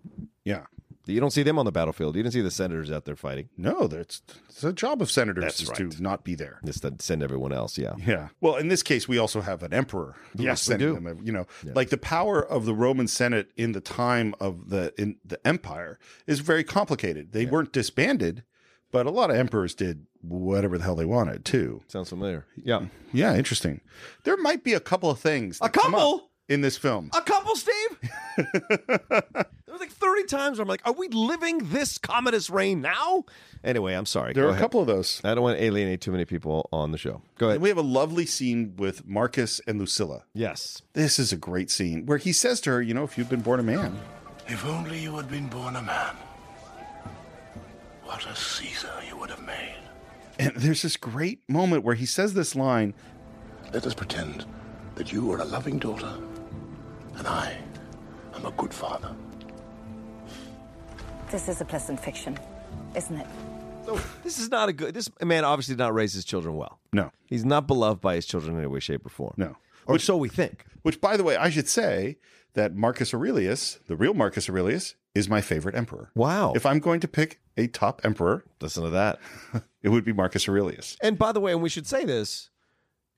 Speaker 1: Yeah.
Speaker 3: You don't see them on the battlefield. You didn't see the senators out there fighting.
Speaker 1: No, that's it's a job of senators
Speaker 3: That's
Speaker 1: is
Speaker 3: right.
Speaker 1: to not be there.
Speaker 3: Just to send everyone else. Yeah.
Speaker 1: Yeah. Well, in this case, we also have an emperor. who
Speaker 3: Yes,
Speaker 1: is
Speaker 3: we
Speaker 1: sending
Speaker 3: do.
Speaker 1: them, you know, like the power of the Roman Senate in the time of the in the empire is very complicated. They weren't disbanded, but a lot of emperors did whatever the hell they wanted too.
Speaker 3: Sounds familiar. Yeah.
Speaker 1: Yeah, interesting. There might be a couple of things. that come up
Speaker 3: couple?
Speaker 1: in this film.
Speaker 3: A couple, Steve. there was like thirty times where I'm like, "Are we living this Commodus reign now?" Anyway, I'm sorry.
Speaker 1: there
Speaker 3: Go
Speaker 1: are a
Speaker 3: ahead.
Speaker 1: couple of those.
Speaker 3: I don't want to alienate too many people on the show. Go ahead.
Speaker 1: And we have a lovely scene with Marcus and Lucilla.
Speaker 3: yes.
Speaker 1: This is a great scene where he says to her, you know, if you've been born a man,
Speaker 2: If only you had been born a man. What a Caesar you would have made.
Speaker 1: and there's this great moment where he says this line
Speaker 2: Let us pretend that you are a loving daughter, and I am a good father.
Speaker 8: This is a pleasant fiction, isn't it?
Speaker 3: So this is not a good. This man obviously did not raise his children well.
Speaker 1: No.
Speaker 3: He's not beloved by his children in any way, shape, or form.
Speaker 1: No.
Speaker 3: or so we think.
Speaker 1: Which, by the way, I should say that Marcus Aurelius, the real Marcus Aurelius, is my favorite emperor.
Speaker 3: Wow.
Speaker 1: If I'm going to pick a top emperor,
Speaker 3: Listen to that.
Speaker 1: it would be Marcus Aurelius.
Speaker 3: And by the way, and we should say this: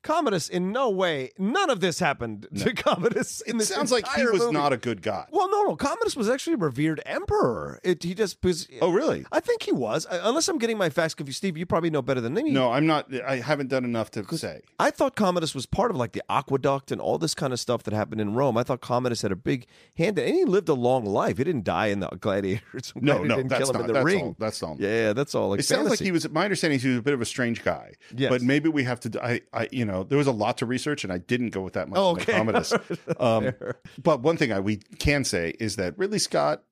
Speaker 3: Commodus, in no way, none of this happened to Commodus. In
Speaker 1: It
Speaker 3: this
Speaker 1: sounds like he
Speaker 3: entire
Speaker 1: was
Speaker 3: movie.
Speaker 1: not a good god.
Speaker 3: Well, no, no. Commodus was actually a revered emperor. It, he just was.
Speaker 1: Oh, really?
Speaker 3: I think he was, I- unless I'm getting my facts confused. Steve, you probably know better than me.
Speaker 1: No, I'm not. I haven't done enough to say.
Speaker 3: I thought Commodus was part of like the aqueduct and all this kind of stuff that happened in Rome. I thought Commodus had a big hand in it. And he lived a long life. He didn't die in the gladiators. I'm
Speaker 1: No,
Speaker 3: glad he
Speaker 1: no,
Speaker 3: didn't
Speaker 1: that's
Speaker 3: kill him
Speaker 1: not-
Speaker 3: in the
Speaker 1: that's
Speaker 3: ring.
Speaker 1: all- that's all.
Speaker 3: Yeah, yeah, that's all. Like
Speaker 1: It sounds like
Speaker 3: fantasy.
Speaker 1: he was. My understanding is he was a bit of a strange guy.
Speaker 3: Yes.
Speaker 1: But maybe we have to. I, I, you know, there was a lot to research, and I didn't go with that much.
Speaker 3: Oh,
Speaker 1: on
Speaker 3: okay.
Speaker 1: Commodus. um, but one thing I we can say is that Ridley Scott,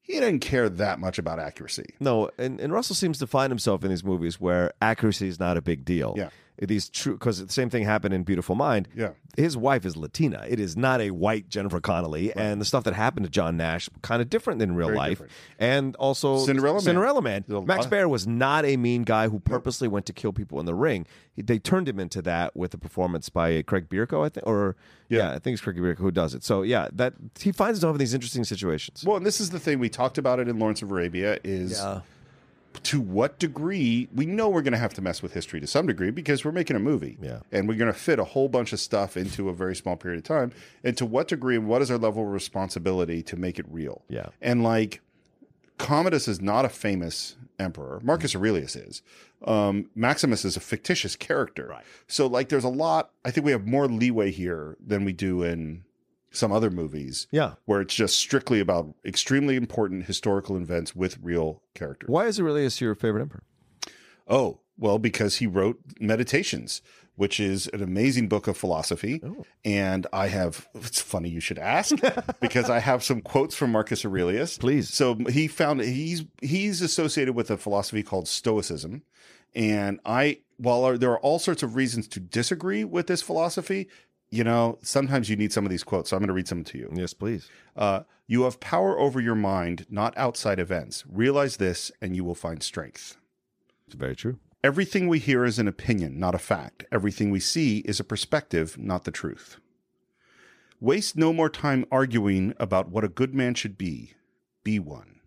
Speaker 1: he didn't care that much about accuracy.
Speaker 3: No, and, and Russell seems to find himself in these movies where accuracy is not a big deal.
Speaker 1: Yeah.
Speaker 3: these true because the same thing happened in Beautiful Mind.
Speaker 1: Yeah.
Speaker 3: his wife is Latina. It is not a white Jennifer Connelly, and the stuff that happened to John Nash kind of different than real
Speaker 1: Very
Speaker 3: life.
Speaker 1: different.
Speaker 3: And also
Speaker 1: Cinderella Man.
Speaker 3: Cinderella Man.
Speaker 1: There's a
Speaker 3: Max
Speaker 1: lot-
Speaker 3: Baer was not a mean guy who purposely went to kill people in the ring. He- They turned him into that with a performance by Craig Bierko, I think, or yeah,
Speaker 1: Yeah.
Speaker 3: I think it's Craig Bierko who does it. So yeah, that he finds himself in these interesting situations.
Speaker 1: Well, and this is the thing we talked about it in Lawrence of Arabia is to what degree we know we're going to have to mess with history to some degree because we're making a movie.
Speaker 3: Yeah.
Speaker 1: And we're going to fit a whole bunch of stuff into a very small period of time. And to what degree and what is our level of responsibility to make it real?
Speaker 3: Yeah.
Speaker 1: And like Commodus is not a famous emperor. Marcus Aurelius is. Um, Maximus is a fictitious character. Right. So like there's a lot I think we have more leeway here than we do in some other movies
Speaker 3: Yeah.
Speaker 1: where it's just strictly about extremely important historical events with real characters.
Speaker 3: Why is Aurelius your favorite emperor?
Speaker 1: Oh, well, because he wrote Meditations, which is an amazing book of philosophy. And I have, it's funny you should ask, because I have some quotes from Marcus Aurelius.
Speaker 3: Please.
Speaker 1: So he found, he's, he's associated with a philosophy called Stoicism. And I, while there are all sorts of reasons to disagree with this philosophy, you know, sometimes you need some of these quotes. So I'm going to read some to you.
Speaker 3: Yes, please.
Speaker 1: Uh, you have power over your mind, not outside events. Realize this, and you will find strength.
Speaker 3: It's very true.
Speaker 1: Everything we hear is an opinion, not a fact. Everything we see is a perspective, not the truth. Waste no more time arguing about what a good man should be. Be one.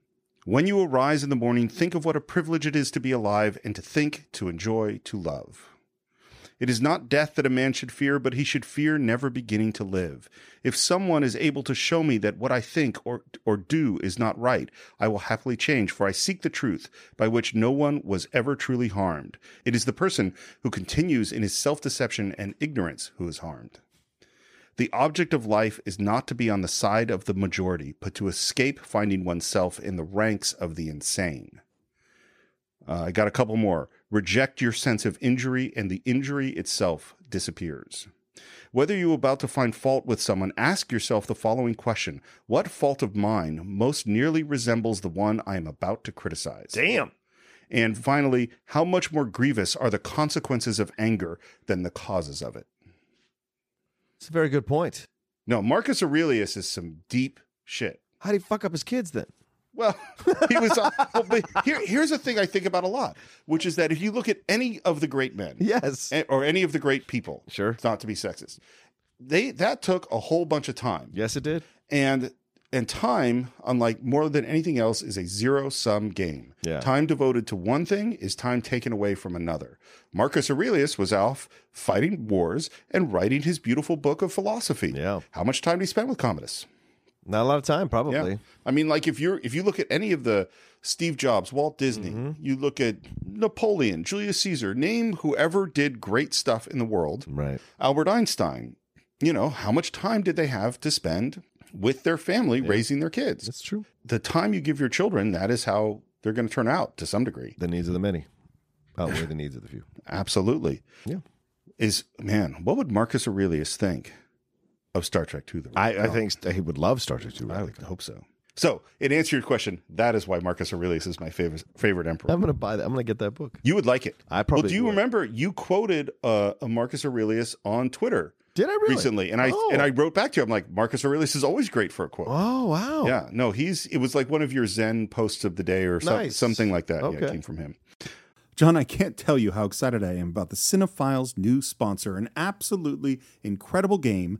Speaker 1: When you arise in the morning, think of what a privilege it is to be alive and to think, to enjoy, to love. It is not death that a man should fear, but he should fear never beginning to live. If someone is able to show me that what I think or, or do is not right, I will happily change, for I seek the truth by which no one was ever truly harmed. It is the person who continues in his self deception and ignorance who is harmed. The object of life is not to be on the side of the majority, but to escape finding oneself in the ranks of the insane. Uh, I got a couple more. Reject your sense of injury, and the injury itself disappears. Whether you are about to find fault with someone, ask yourself the following question What fault of mine most nearly resembles the one I am about to criticize?
Speaker 3: Damn.
Speaker 1: And finally, how much more grievous are the consequences of anger than the causes of it?
Speaker 3: It's a very good point.
Speaker 1: No, Marcus Aurelius is some deep shit.
Speaker 3: How do you fuck up his kids then?
Speaker 1: Well, he was. well, but here, here's a thing I think about a lot, which is that if you look at any of the great men,
Speaker 3: Yes.
Speaker 1: a- Eh, or any of the great people,
Speaker 3: Sure.
Speaker 1: it's not to be sexist. They that took a whole bunch of time,
Speaker 3: yes, it did.
Speaker 1: and and time, unlike more than anything else, is a zero sum game.
Speaker 3: Yeah.
Speaker 1: Time devoted to one thing is time taken away from another. Marcus Aurelius was off fighting wars and writing his beautiful book of philosophy.
Speaker 3: Yeah.
Speaker 1: How much time did he spend with Commodus?
Speaker 3: Not a lot of time, probably.
Speaker 1: Yeah. I mean, like if you're if you look at any of the Steve Jobs, Walt Disney,
Speaker 3: Mm-hmm.
Speaker 1: you look at Napoleon, Julius Caesar, name whoever did great stuff in the world,
Speaker 3: Right.
Speaker 1: Albert Einstein, you know, how much time did they have to spend with their family raising their kids?
Speaker 3: That's true.
Speaker 1: The time you give your children, that is how they're going to turn out to some degree.
Speaker 3: The needs of the many outweigh the needs of the few.
Speaker 1: Absolutely.
Speaker 3: Yeah.
Speaker 1: Is man, what would Marcus Aurelius think of Star Trek II? The
Speaker 3: I think he would love Star Trek 2.
Speaker 1: I would hope so. So, in answer to your question, that is why Marcus Aurelius is my favorite favorite emperor.
Speaker 3: I'm going to buy that. I'm going to get that book.
Speaker 1: you would like it.
Speaker 3: I probably
Speaker 1: Well, do you
Speaker 3: would.
Speaker 1: remember you quoted uh, a Marcus Aurelius on Twitter
Speaker 3: Did I really?
Speaker 1: recently, and I
Speaker 3: Oh.
Speaker 1: and I wrote back to you. I'm like, Marcus Aurelius is always great for a quote.
Speaker 3: Oh, wow.
Speaker 1: Yeah, no, he's it was like one of your Zen posts of the day or some-
Speaker 3: Nice.
Speaker 1: something like that. Yeah,
Speaker 3: Okay.
Speaker 1: it came from him.
Speaker 9: John, I can't tell you how excited I am about the Cinephiles' new sponsor, an absolutely incredible game,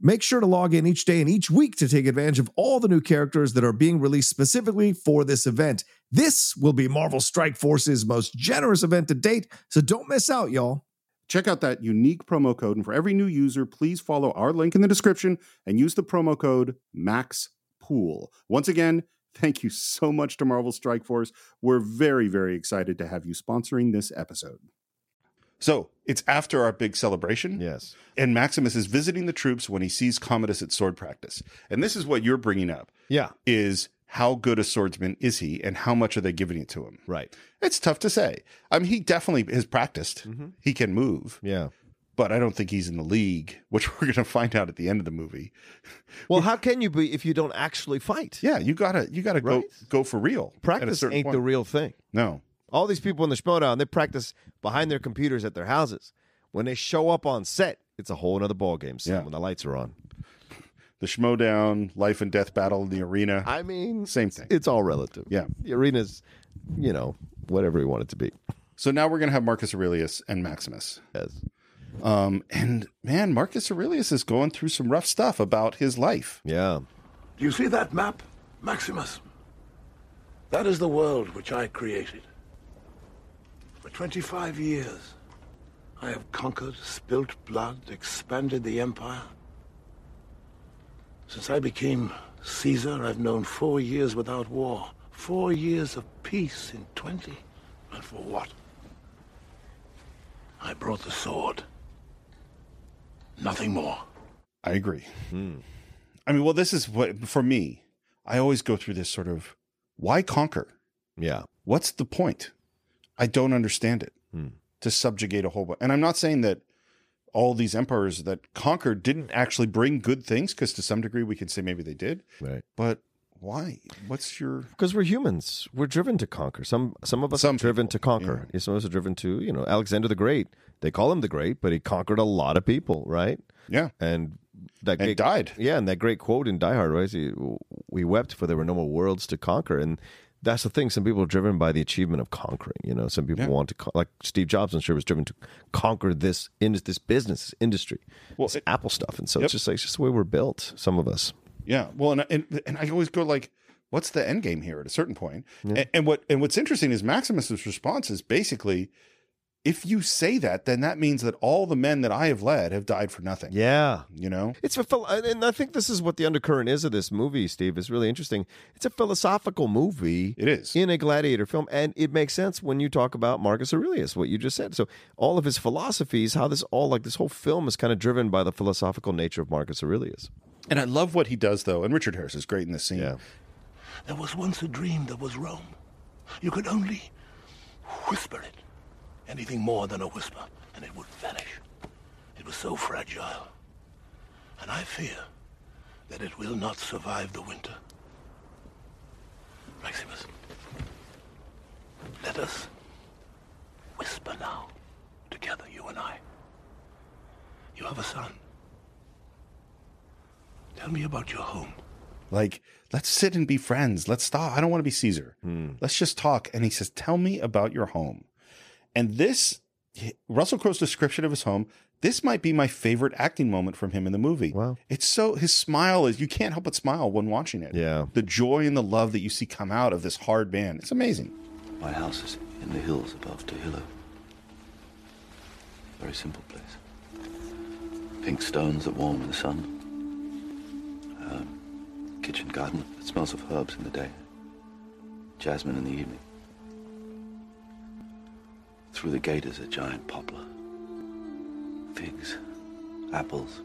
Speaker 3: Make sure to log in each day and each week to take advantage of all the new characters that are being released specifically for this event. This will be Marvel Strike Force's most generous event to date, so don't miss out, y'all.
Speaker 10: Check out that unique promo code. And for every new user, please follow our link in the description and use the promo code MAXPOOL. Once again, thank you so much to Marvel Strike Force. We're very, very excited to have you sponsoring this episode.
Speaker 1: So it's after our big celebration.
Speaker 11: Yes.
Speaker 1: And Maximus is visiting the troops when he sees Commodus at sword practice. And this is what you're bringing up
Speaker 11: Yeah.
Speaker 1: is how good a swordsman is he and how much are they giving it to him?
Speaker 11: Right.
Speaker 1: It's tough to say. I mean, he definitely has practiced.
Speaker 11: Mm-hmm.
Speaker 1: He can move,
Speaker 11: Yeah.
Speaker 1: but I don't think he's in the league, which we're going to find out at the end of the movie.
Speaker 11: Well, how can you be if you don't actually fight?
Speaker 1: Yeah, you gotta you gotta
Speaker 11: Right.
Speaker 1: go go for real. at a
Speaker 11: Practice
Speaker 1: certain
Speaker 11: ain't
Speaker 1: point.
Speaker 11: the real thing.
Speaker 1: no.
Speaker 11: All these people in the Schmodown, they practice behind their computers at their houses. When they show up on set, it's a whole other ballgame, Sam,
Speaker 1: Yeah.
Speaker 11: when the lights are on.
Speaker 1: The Schmodown, life and death battle in the arena.
Speaker 11: I mean,
Speaker 1: Same thing.
Speaker 11: It's all relative.
Speaker 1: Yeah.
Speaker 11: The arena's, you know, whatever you want it to be.
Speaker 1: so now we're gonna have Marcus Aurelius and Maximus.
Speaker 11: Yes.
Speaker 1: Um, and man, Marcus Aurelius is going through some rough stuff about his life.
Speaker 11: Yeah.
Speaker 2: Do you see that map, Maximus? That is the world which I created. For 25 years, I have conquered, spilt blood, expanded the empire. Since I became Caesar, I've known four years without war, four years of peace in 20. And for what? I brought the sword. Nothing more.
Speaker 1: I agree.
Speaker 11: Hmm.
Speaker 1: I mean, well, this is what for me. I always go through this sort of why conquer?
Speaker 11: Yeah.
Speaker 1: What's the point? I don't understand it.
Speaker 11: Hmm.
Speaker 1: To subjugate a whole bunch. And I'm not saying that all these emperors that conquered didn't actually bring good things, because to some degree we can say maybe they did.
Speaker 11: Right.
Speaker 1: But why? What's your
Speaker 11: Because we're humans. We're driven to conquer. Some some of us
Speaker 1: Some
Speaker 11: are driven
Speaker 1: people,
Speaker 11: to conquer. Some of us are driven to, you know, Alexander the Great. They call him the Great, but he conquered a lot of people, right?
Speaker 1: yeah?
Speaker 11: And that
Speaker 1: And
Speaker 11: great-
Speaker 1: died.
Speaker 11: Yeah, and that great quote in Die Hard, right? He- We wept for there were no more worlds to conquer, and that's the thing. Some people are driven by the achievement of conquering. You know, some people
Speaker 1: Yeah.
Speaker 11: want to, con- like Steve Jobs, I'm sure, was driven to conquer this in this business, this industry, well,
Speaker 1: it-
Speaker 11: Apple stuff, and so
Speaker 1: Yep.
Speaker 11: it's just like it's just the way we're built. Some of us,
Speaker 1: Yeah. Well, and and, and I always go like, what's the end game here at a certain point? And, and what and what's interesting is Maximus's response is basically, if you say that, then that means that all the men that I have led have died for nothing.
Speaker 11: yeah.
Speaker 1: You know.
Speaker 11: It's a phil- and- and I think this is what the undercurrent is of this movie, Steve. It's really interesting. It's a philosophical movie.
Speaker 1: It is.
Speaker 11: in a gladiator film, and it makes sense when you talk about Marcus Aurelius, what you just said. So all of his philosophies, how this all like this whole film is kind of driven by the philosophical nature of Marcus Aurelius.
Speaker 1: And I love what he does though. And Richard Harris is great in this scene.
Speaker 11: Yeah.
Speaker 2: There was once a dream that was Rome. You could only whisper it. Anything more than a whisper, and it would vanish. It was so fragile. And I fear that it will not survive the winter. Maximus, let us whisper now, together, you and I. You have a son. Tell me about your home.
Speaker 1: Like, let's sit and be friends. Let's stop. I don't want to be Caesar.
Speaker 11: Hmm.
Speaker 1: Let's just talk. And he says, Tell me about your home. And this, Russell Crowe's description of his home, this might be my favorite acting moment from him in the movie.
Speaker 11: Wow.
Speaker 1: It's so, his smile is, you can't help but smile when watching it.
Speaker 11: Yeah.
Speaker 1: The joy and the love that you see come out of this hard man. It's amazing.
Speaker 12: My house is in the hills above Tehillo. Very simple place. Pink stones that warm in the sun. Um, kitchen garden that smells of herbs in the day. Jasmine in the evening. Through the gate is a giant poplar. Figs, apples,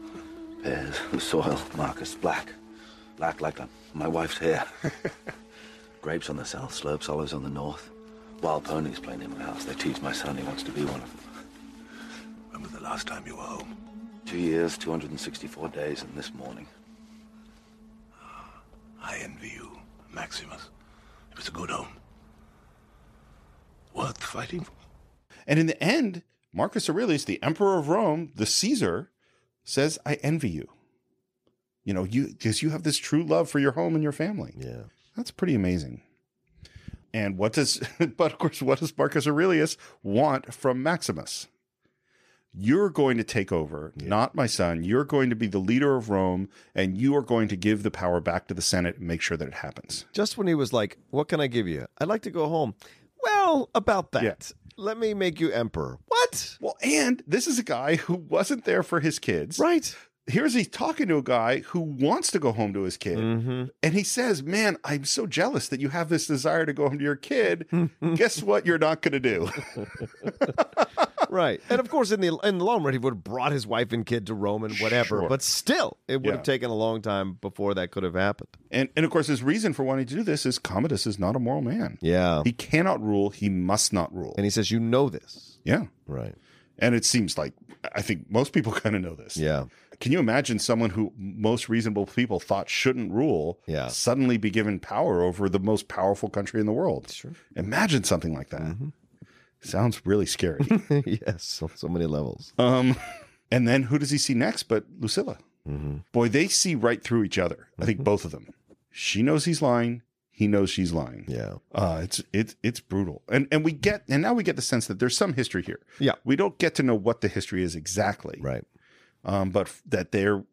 Speaker 12: pears, the soil, Marcus, black. Black like the, my wife's hair. Grapes on the south, slopes, olives on the north. Wild ponies play near my house. They tease my son he wants to be one of them.
Speaker 2: When was the last time you were home?
Speaker 12: Two years, 264 days, and this morning.
Speaker 2: Ah, I envy you, Maximus. It was a good home. Worth fighting for.
Speaker 1: And in the end, Marcus Aurelius, the emperor of Rome, the Caesar, says, I envy you. You know, you because you have this true love for your home and your family.
Speaker 11: Yeah.
Speaker 1: That's pretty amazing. And what does, but of course, what does Marcus Aurelius want from Maximus? You're going to take over, not my son. You're going to be the leader of Rome, and you are going to give the power back to the Senate and make sure that it happens.
Speaker 11: Just when he was like, "What can I give you? I'd like to go home." Well, about that.
Speaker 1: Yeah.
Speaker 11: Let me make you emperor. What?
Speaker 1: Well, and this is a guy who wasn't there for his kids.
Speaker 11: Right.
Speaker 1: Here's he's talking to a guy who wants to go home to his kid.
Speaker 11: Mm-hmm.
Speaker 1: And he says, Man, I'm so jealous that you have this desire to go home to your kid. Guess what? You're not going to do.
Speaker 11: Right. And of course, in the in the long run, he would have brought his wife and kid to Rome and whatever.
Speaker 1: Sure.
Speaker 11: But still, it would
Speaker 1: Yeah.
Speaker 11: have taken a long time before that could have happened.
Speaker 1: And and of course, his reason for wanting to do this is Commodus is not a moral man.
Speaker 11: Yeah.
Speaker 1: He cannot rule. He must not rule.
Speaker 11: and he says, "You know this,
Speaker 1: yeah.
Speaker 11: right?
Speaker 1: And it seems like I think most people kind of know this.
Speaker 11: Yeah.
Speaker 1: Can you imagine someone who most reasonable people thought shouldn't rule
Speaker 11: Yeah.
Speaker 1: suddenly be given power over the most powerful country in the world? Sure. Imagine something like that.
Speaker 11: Mm-hmm.
Speaker 1: Sounds really scary.
Speaker 11: yes, on so many levels.
Speaker 1: Um, and then who does he see next but Lucilla?
Speaker 11: Mm-hmm.
Speaker 1: Boy, they see right through each other. I think both of them. She knows he's lying. He knows she's lying.
Speaker 11: Yeah,
Speaker 1: Uh, it's it's it's brutal, and and we get and now we get the sense that there's some history here.
Speaker 11: Yeah.
Speaker 1: we don't get to know what the history is exactly,
Speaker 11: right.
Speaker 1: Um, but f- that they're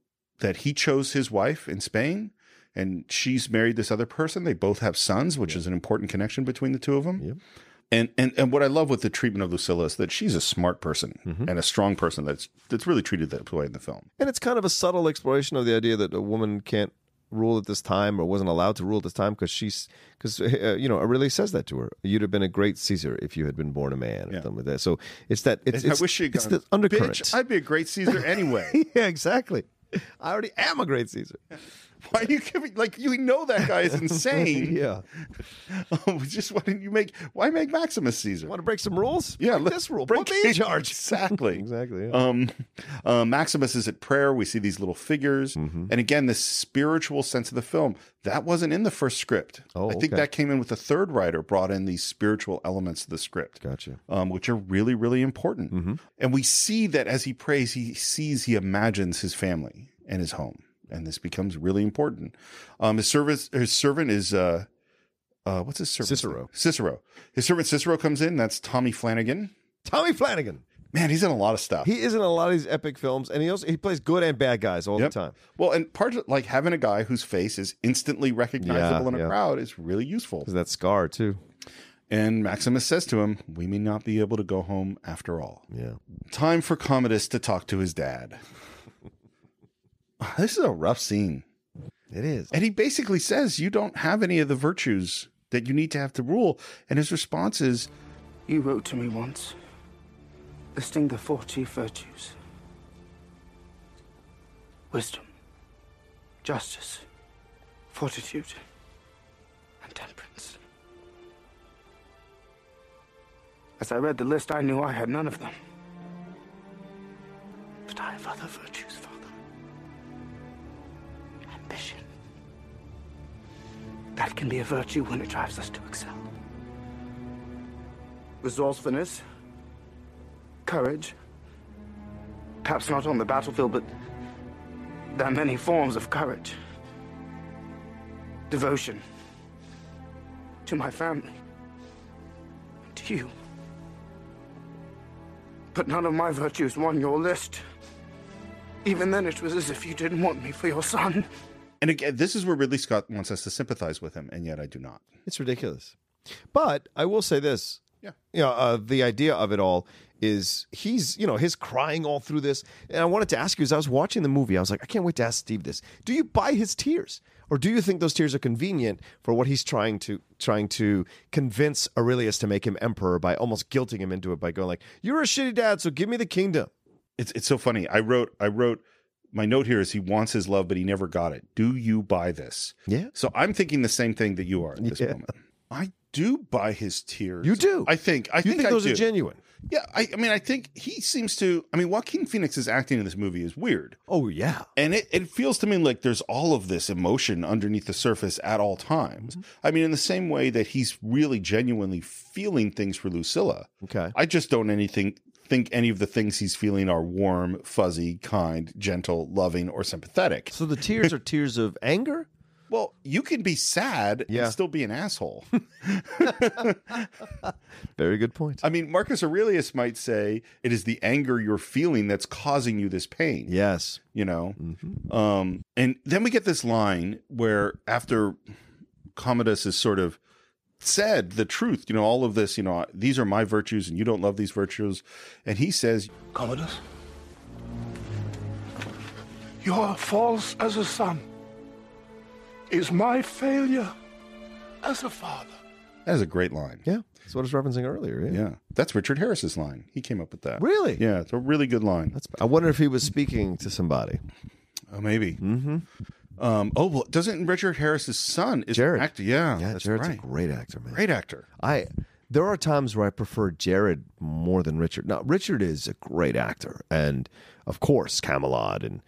Speaker 1: that he chose his wife in Spain, and she's married this other person. They both have sons, which is an important connection between the two of them.
Speaker 11: Yep.
Speaker 1: And and and what I love with the treatment of Lucilla is that she's a smart person
Speaker 11: Mm-hmm.
Speaker 1: and a strong person. That's that's really treated that way in the film.
Speaker 11: And it's kind of a subtle exploration of the idea that a woman can't rule at this time or wasn't allowed to rule at this time because she's because uh, you know Aurelius says that to her. You'd have been a great Caesar if you had been born a man. or
Speaker 1: Yeah.
Speaker 11: something like that. So it's that. It's,
Speaker 1: And
Speaker 11: it's,
Speaker 1: I wish she had
Speaker 11: it's
Speaker 1: gone,
Speaker 11: the undercurrent.
Speaker 1: Bitch, I'd be a great Caesar anyway.
Speaker 11: yeah, exactly. I already am a great Caesar.
Speaker 1: Why are you giving like you know that guy is insane?
Speaker 11: Yeah.
Speaker 1: Oh, just why didn't you make why make Maximus Caesar?
Speaker 11: Want to break some rules?
Speaker 1: yeah,
Speaker 11: Break
Speaker 1: let-
Speaker 11: this rule.
Speaker 1: break
Speaker 11: Put me in
Speaker 1: it.
Speaker 11: charge.
Speaker 1: Exactly.
Speaker 11: Exactly, yeah.
Speaker 1: Um, uh, Maximus is at prayer. We see these little figures,
Speaker 11: Mm-hmm.
Speaker 1: and again, this spiritual sense of the film that wasn't in the first script.
Speaker 11: Oh,
Speaker 1: I think
Speaker 11: okay.
Speaker 1: that came in with the third writer brought in these spiritual elements of the script.
Speaker 11: Gotcha. Mm-hmm.
Speaker 1: Um, which are really, really important. And we see that as he prays, he sees, he imagines his family and his home, and this becomes really important. Um, his service, his servant is uh, uh, what's his servant?
Speaker 11: Cicero.
Speaker 1: Cicero. His servant Cicero comes in. That's Tommy Flanagan.
Speaker 11: Tommy Flanagan.
Speaker 1: Man, he's in a lot of stuff.
Speaker 11: He is in a lot of these epic films, and he also he plays good and bad guys all
Speaker 1: Yep.
Speaker 11: the time.
Speaker 1: Well, and part of like having a guy whose face is instantly recognizable
Speaker 11: Yeah,
Speaker 1: in a
Speaker 11: yeah.
Speaker 1: crowd is really useful.
Speaker 11: Is that scar too?
Speaker 1: And Maximus says to him, "We may not be able to go home after all."
Speaker 11: Yeah.
Speaker 1: Time for Commodus to talk to his dad. this is a rough scene.
Speaker 11: It is.
Speaker 1: And he basically says, You don't have any of the virtues that you need to have to rule. And his response is,
Speaker 7: You wrote to me once, listing the four chief virtues wisdom, justice, fortitude, and temperance. As I read the list, I knew I had none of them. But I have other virtues, Father. Ambition. That can be a virtue when it drives us to excel resourcefulness, courage. Perhaps not on the battlefield, but there are many forms of courage. Devotion to my family, to you. But none of my virtues won your list. Even then, it was as if you didn't want me for your son.
Speaker 1: and again, this is where Ridley Scott wants us to sympathize with him, and yet I do not.
Speaker 11: It's ridiculous. But I will say this.
Speaker 1: Yeah.
Speaker 11: You know, uh, the idea of it all is he's, you know, his crying all through this. And I wanted to ask you as I was watching the movie, I was like, I can't wait to ask Steve this. Do you buy his tears? Or do you think those tears are convenient for what he's trying to trying to convince Aurelius to make him emperor by almost guilting him into it by going like, You're a shitty dad, so give me the kingdom.
Speaker 1: It's it's so funny. I wrote I wrote my note here is he wants his love, but he never got it. Do you buy this?
Speaker 11: Yeah.
Speaker 1: So I'm thinking the same thing that you are at this
Speaker 11: Yeah.
Speaker 1: moment. I do buy his tears.
Speaker 11: You do.
Speaker 1: I think. I
Speaker 11: You
Speaker 1: think,
Speaker 11: think,
Speaker 1: I
Speaker 11: those
Speaker 1: do.
Speaker 11: are genuine.
Speaker 1: Yeah. I, I mean, I think he seems to. I mean, Joaquin Phoenix's acting in this movie is weird.
Speaker 11: Oh yeah.
Speaker 1: And it, it feels to me like there's all of this emotion underneath the surface at all times. I mean, in the same way that he's really genuinely feeling things for Lucilla.
Speaker 11: Okay.
Speaker 1: I just don't anything think any of the things he's feeling are warm, fuzzy, kind, gentle, loving, or sympathetic.
Speaker 11: So the tears are tears of anger?
Speaker 1: Well, you can be sad
Speaker 3: Yeah.
Speaker 1: and still be an asshole.
Speaker 3: Very good point.
Speaker 1: I mean, Marcus Aurelius might say it is the anger you're feeling that's causing you this pain.
Speaker 3: yes.
Speaker 1: you know
Speaker 3: Mm-hmm.
Speaker 1: um and then we get this line where after commodus is sort of said the truth you know all of this you know these are my virtues and you don't love these virtues and he says
Speaker 6: Commodus?
Speaker 2: Your false as a son is my failure as a father.
Speaker 1: that is a great line
Speaker 3: Yeah. That's what I was referencing earlier. Yeah.
Speaker 1: yeah that's richard harris's line he came up with that
Speaker 3: Really?
Speaker 1: yeah it's a really good line
Speaker 3: That's, I wonder if he was speaking to somebody.
Speaker 1: oh maybe mm-hmm um oh well doesn't richard harris's son is
Speaker 3: Jared.
Speaker 1: an actor yeah
Speaker 3: Yeah,
Speaker 1: that's
Speaker 3: Jared's
Speaker 1: right
Speaker 3: a great actor, man.
Speaker 1: great actor
Speaker 3: I there are times where I prefer Jared more than Richard. Now Richard is a great actor, and of course Camelot, and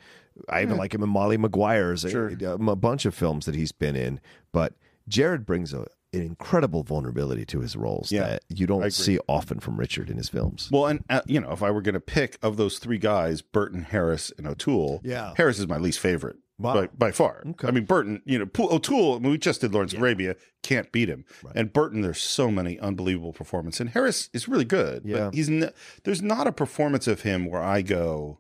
Speaker 3: I even like him in Molly Maguire's, a, a bunch of films that he's been in. But Jared brings a, an incredible vulnerability to his roles
Speaker 1: Yeah,
Speaker 3: that you don't see often from Richard in his films.
Speaker 1: Well, and uh, you know, if I were going to pick of those three guys, Burton, Harris, and O'Toole,
Speaker 3: Yeah.
Speaker 1: Harris is my least favorite
Speaker 3: Wow.
Speaker 1: by by far. I mean, Burton, you know, P- O'Toole. I mean, we just did Lawrence of Arabia, can't beat him. And Burton, there's so many unbelievable performances, and Harris is really good.
Speaker 3: Yeah.
Speaker 1: but he's n- there's not a performance of him where I go,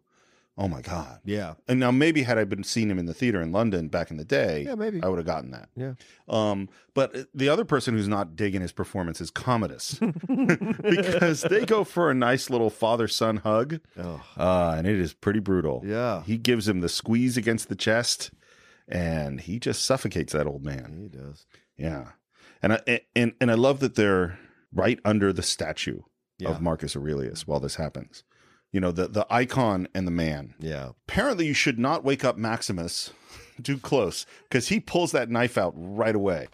Speaker 1: oh my god.
Speaker 3: yeah,
Speaker 1: And now maybe had I been seeing him in the theater in London back in the day,
Speaker 3: Yeah, maybe.
Speaker 1: I would have gotten that.
Speaker 3: Yeah.
Speaker 1: Um, but the other person who's not digging his performance is Commodus because they go for a nice little father son hug. Uh, and it is pretty brutal.
Speaker 3: Yeah.
Speaker 1: He gives him the squeeze against the chest and he just suffocates that old man.
Speaker 3: he does.
Speaker 1: Yeah. And I and and I love that they're right under the statue
Speaker 3: Yeah.
Speaker 1: of Marcus Aurelius while this happens. You know, the the icon and the man
Speaker 3: Yeah,
Speaker 1: apparently you should not wake up Maximus too close because he pulls that knife out right away.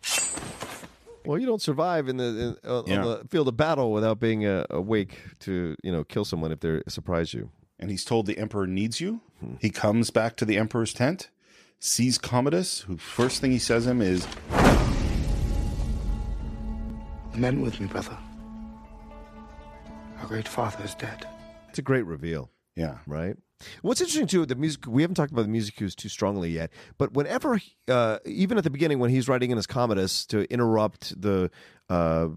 Speaker 3: well, you don't survive in the in, uh, on-
Speaker 1: Yeah.
Speaker 3: on the field of battle without being uh, awake to you know kill someone if they surprise you.
Speaker 1: And he's told the emperor needs you. He comes back to the emperor's tent, sees Commodus, who first thing he says to him is,
Speaker 7: Lament with me, brother. Our great father is dead.
Speaker 3: It's a great reveal.
Speaker 1: yeah,
Speaker 3: right? What's interesting too, the music we haven't talked about the music cues too strongly yet, but whenever, uh, even at the beginning when he's writing in his Commodus to interrupt the uh,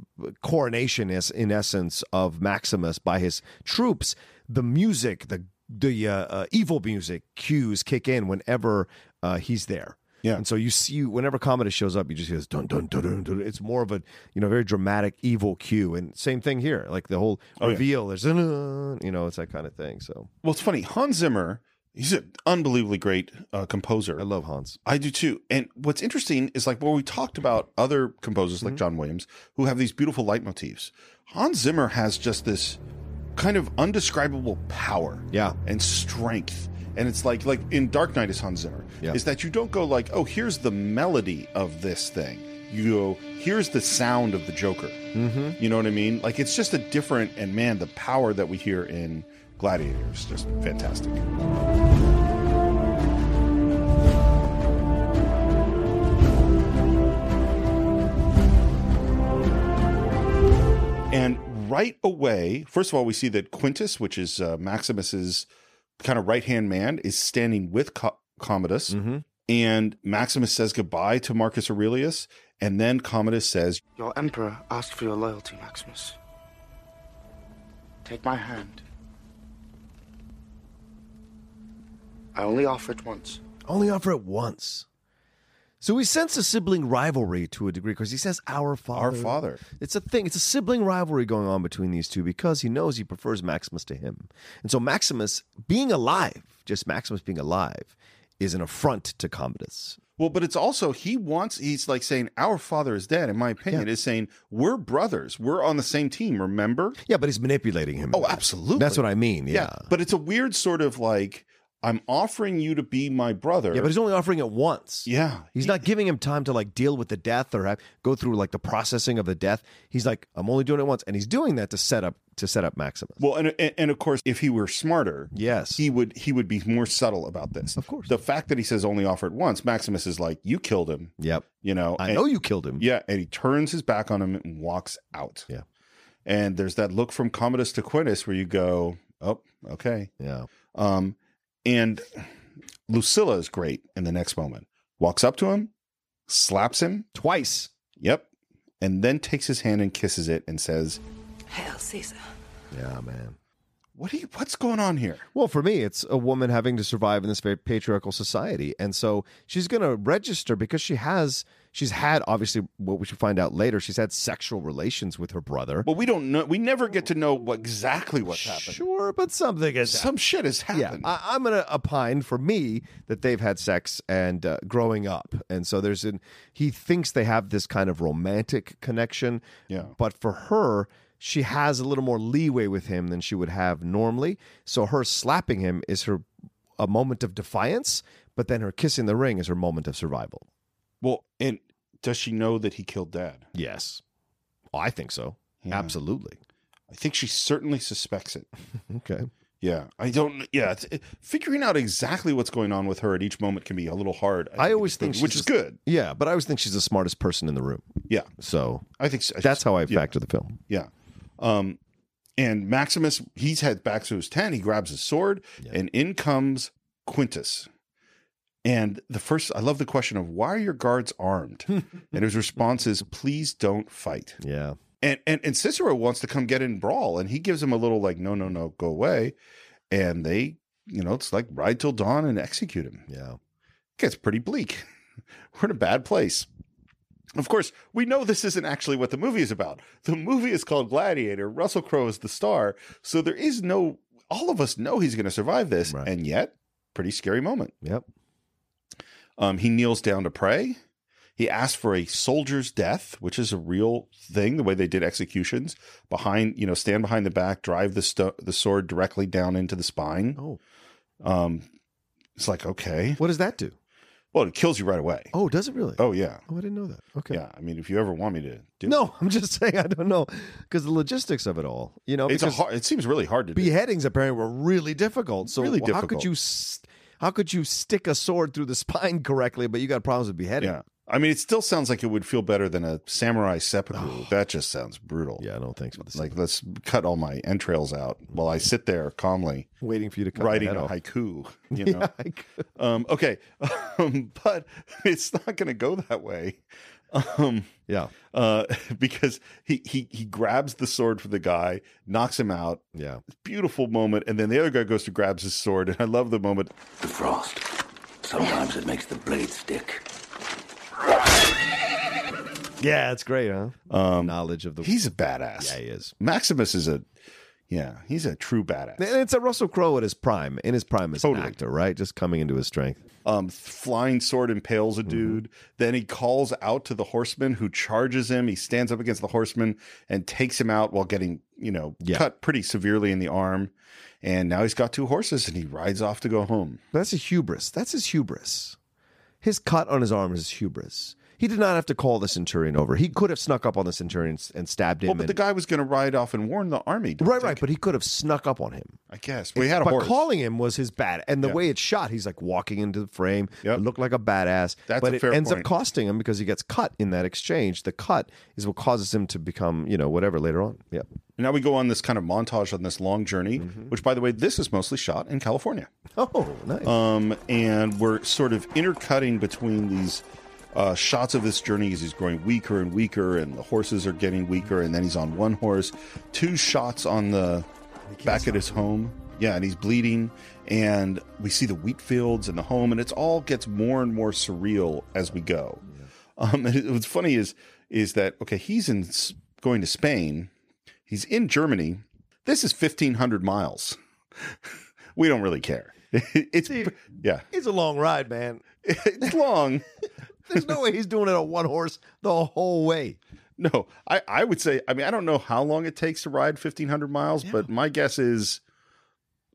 Speaker 3: coronation, is in essence, of Maximus by his troops, the music, the the uh, uh, evil music cues kick in whenever uh, he's there.
Speaker 1: Yeah.
Speaker 3: And so you see, whenever Commodus shows up, you just hear this dun dun dun dun. dun. It's more of a you know very dramatic evil cue, and same thing here. Like the whole
Speaker 1: Oh, yeah.
Speaker 3: reveal, there's dun, dun, you know it's that kind of thing. So
Speaker 1: well, it's funny. Hans Zimmer, he's an unbelievably great uh, composer.
Speaker 3: I love Hans.
Speaker 1: I do too. And what's interesting is like, well, we talked about other composers
Speaker 3: Mm-hmm.
Speaker 1: like John Williams who have these beautiful leitmotifs. Hans Zimmer has just this kind of undescribable power.
Speaker 3: Yeah.
Speaker 1: And strength. And it's like, like in Dark Knight is Hans Zimmer,
Speaker 3: Yeah.
Speaker 1: is that you don't go like, oh, here's the melody of this thing. You go, here's the sound of the Joker. Mm-hmm. You know what I mean? Like, it's just a different, and man, the power that we hear in Gladiator is just fantastic. And right away, first of all, we see that Quintus, which is uh, Maximus's kind of right hand man, is standing with Co- Commodus.
Speaker 3: Mm-hmm.
Speaker 1: And Maximus says goodbye to Marcus Aurelius. And then Commodus says,
Speaker 7: Your emperor asked for your loyalty, Maximus. Take my hand. I only offer it once.
Speaker 3: Only offer it once. So we sense a sibling rivalry to a degree because he says, Our father.
Speaker 1: Our father.
Speaker 3: It's a thing. It's a sibling rivalry going on between these two because he knows he prefers Maximus to him. And so Maximus being alive, just Maximus being alive, is an affront to Commodus.
Speaker 1: Well, but it's also, he wants, he's like saying, Our father is dead, in my opinion, is saying, We're brothers. We're on the same team, remember?
Speaker 3: Yeah, but he's manipulating him.
Speaker 1: Oh, absolutely.
Speaker 3: That's what I mean. Yeah.
Speaker 1: Yeah. But it's a weird sort of like, I'm offering you to be my brother.
Speaker 3: Yeah, but he's only offering it once.
Speaker 1: Yeah.
Speaker 3: He's not giving him time to like deal with the death or have, go through like the processing of the death. He's like, I'm only doing it once, and he's doing that to set up to set up Maximus.
Speaker 1: Well, and, and and of course, if he were smarter,
Speaker 3: Yes.
Speaker 1: he would he would be more subtle about this. Of
Speaker 3: course.
Speaker 1: the fact that he says only offer it once, Maximus is like, "You killed him,"
Speaker 3: Yep.
Speaker 1: you know.
Speaker 3: I
Speaker 1: Oh, and-
Speaker 3: know you killed him.
Speaker 1: Yeah, and he turns his back on him and walks out.
Speaker 3: Yeah.
Speaker 1: and there's that look from Commodus to Quintus where you go, "Oh, okay."
Speaker 3: Yeah.
Speaker 1: Um, and Lucilla is great in the next moment. Walks up to him, slaps him.
Speaker 3: Twice.
Speaker 1: Yep. And then takes his hand and kisses it and says,
Speaker 8: Hail Caesar.
Speaker 3: Yeah, man.
Speaker 1: "What are you? What's going on here?"
Speaker 3: Well, for me, it's a woman having to survive in this very patriarchal society, and so she's going to register because she has she's had obviously what we should find out later. She's had sexual relations with her brother.
Speaker 1: Well, we don't know. We never get to know what exactly what's happened.
Speaker 3: Sure, but something is
Speaker 1: Some shit has
Speaker 3: yeah,
Speaker 1: happened.
Speaker 3: I, I'm gonna opine for me that they've had sex and uh, growing up, and so there's an he thinks they have this kind of romantic connection.
Speaker 1: Yeah.
Speaker 3: but for her, she has a little more leeway with him than she would have normally. So her slapping him is her a moment of defiance, but then her kissing the ring is her moment of survival.
Speaker 1: well, and does she know that he killed Dad?
Speaker 3: Yes, Oh, I think so. Absolutely.
Speaker 1: I think she certainly suspects it.
Speaker 3: Okay.
Speaker 1: Yeah, I don't. Yeah, it's, it- figuring out exactly what's going on with her at each moment can be a little hard.
Speaker 3: I always think
Speaker 1: which
Speaker 3: she's
Speaker 1: is good.
Speaker 3: Yeah, but I always think she's the smartest person in the room.
Speaker 1: Yeah,
Speaker 3: So
Speaker 1: I think so.
Speaker 3: that's how I
Speaker 1: yeah.
Speaker 3: factor the film.
Speaker 1: Yeah. Um, and Maximus, he's had back to his tent. He grabs his sword, and in comes Quintus. And the first, I love the question of why are your guards armed? and his response is, please don't fight.
Speaker 3: Yeah.
Speaker 1: And, and and Cicero wants to come get in brawl, and he gives him a little like, no, no, no, go away. And they, you know, it's like ride till dawn and execute him
Speaker 3: Yeah.
Speaker 1: gets pretty bleak. We're in a bad place. Of course, we know this isn't actually what the movie is about. The movie is called Gladiator. Russell Crowe is the star. So there is no, all of us know he's going to survive this.
Speaker 3: Right.
Speaker 1: And yet, pretty scary moment.
Speaker 3: Yep.
Speaker 1: Um, he kneels down to pray. He asks for a soldier's death, which is a real thing, the way they did executions behind, you know, stand behind the back, drive the, sto- the sword directly down into the spine.
Speaker 3: Oh.
Speaker 1: Um, it's like, okay.
Speaker 3: What does that do?
Speaker 1: Well, it kills you right away.
Speaker 3: Oh, does it really?
Speaker 1: oh yeah.
Speaker 3: Oh, I didn't know that. Okay.
Speaker 1: Yeah, I mean, if you ever want me to do,
Speaker 3: No, I'm just saying I don't know because the logistics of it all. You know,
Speaker 1: it's a
Speaker 3: because
Speaker 1: hard, it seems really hard to do.
Speaker 3: beheadings apparently were really difficult. So
Speaker 1: Really
Speaker 3: how could
Speaker 1: difficult.
Speaker 3: you s how could you stick a sword through the spine correctly, but you got problems with beheading?
Speaker 1: Yeah, I mean, it still sounds like it would feel better than a samurai seppuku. That just sounds brutal.
Speaker 3: Oh. Yeah, no thanks for this.
Speaker 1: like let's cut all my entrails out while I sit there calmly
Speaker 3: waiting for you to cut
Speaker 1: writing
Speaker 3: my head
Speaker 1: a
Speaker 3: off.
Speaker 1: haiku. You know,
Speaker 3: Like,
Speaker 1: um, okay, um, but it's not going to go that way. Um,
Speaker 3: yeah,
Speaker 1: uh, because he, he he grabs the sword from the guy, knocks him out.
Speaker 3: yeah.
Speaker 1: Beautiful moment, and then the other guy goes to grabs his sword, and I love the moment.
Speaker 6: The frost. Sometimes it makes the blade stick.
Speaker 3: Yeah, it's great, huh? Um, Knowledge of the
Speaker 1: He's a badass.
Speaker 3: yeah, he is.
Speaker 1: Maximus is a yeah, he's a true badass.
Speaker 3: And it's a Russell Crowe at his prime, in his prime as
Speaker 1: Totally.
Speaker 3: an actor, right? Just coming into his strength.
Speaker 1: Um flying sword impales
Speaker 3: Mm-hmm.
Speaker 1: a dude, then he calls out to the horseman who charges him. He stands up against the horseman and takes him out while getting, you know,
Speaker 3: Yeah.
Speaker 1: cut pretty severely in the arm. And now he's got two horses and he rides off to go home.
Speaker 3: That's a hubris. That's his hubris. His cut on his arm is his hubris. He did not have to call the centurion over. He could have snuck up on the centurion s- and stabbed him.
Speaker 1: Well, but the
Speaker 3: and-
Speaker 1: guy was going to ride off and warn the army. don't you
Speaker 3: right, right.
Speaker 1: think?
Speaker 3: But he could have snuck up on him.
Speaker 1: I guess. We had a
Speaker 3: but
Speaker 1: horse.
Speaker 3: calling him was his bad. And the
Speaker 1: Yeah.
Speaker 3: way it's shot, he's like walking into the frame.
Speaker 1: Yep.
Speaker 3: It looked like a badass.
Speaker 1: That's
Speaker 3: but
Speaker 1: a
Speaker 3: it
Speaker 1: fair
Speaker 3: ends up
Speaker 1: point.
Speaker 3: costing him because he gets cut in that exchange. The cut is what causes him to become, you know, whatever later on. Yep.
Speaker 1: And now we go on this kind of montage on this long journey, which by the way, this is mostly shot in California.
Speaker 3: Mm-hmm. Oh, nice.
Speaker 1: um, and we're sort of intercutting between these uh, shots of this journey as he's growing weaker and weaker, and the horses are getting weaker, and then he's on one horse. Two shots on the back at his home. Yeah, and he's bleeding, and we see the wheat fields and the home, and it's all gets more and more surreal as we go. Um, and it, what's funny is is that okay, he's in S- going to Spain, he's in Germany. This is fifteen hundred miles. we don't really care. it's yeah,
Speaker 3: it's a long ride, man.
Speaker 1: it's long.
Speaker 3: There's no way he's doing it on one horse the whole way.
Speaker 1: No, I I would say I mean I don't know how long it takes to ride fifteen hundred miles, but my guess is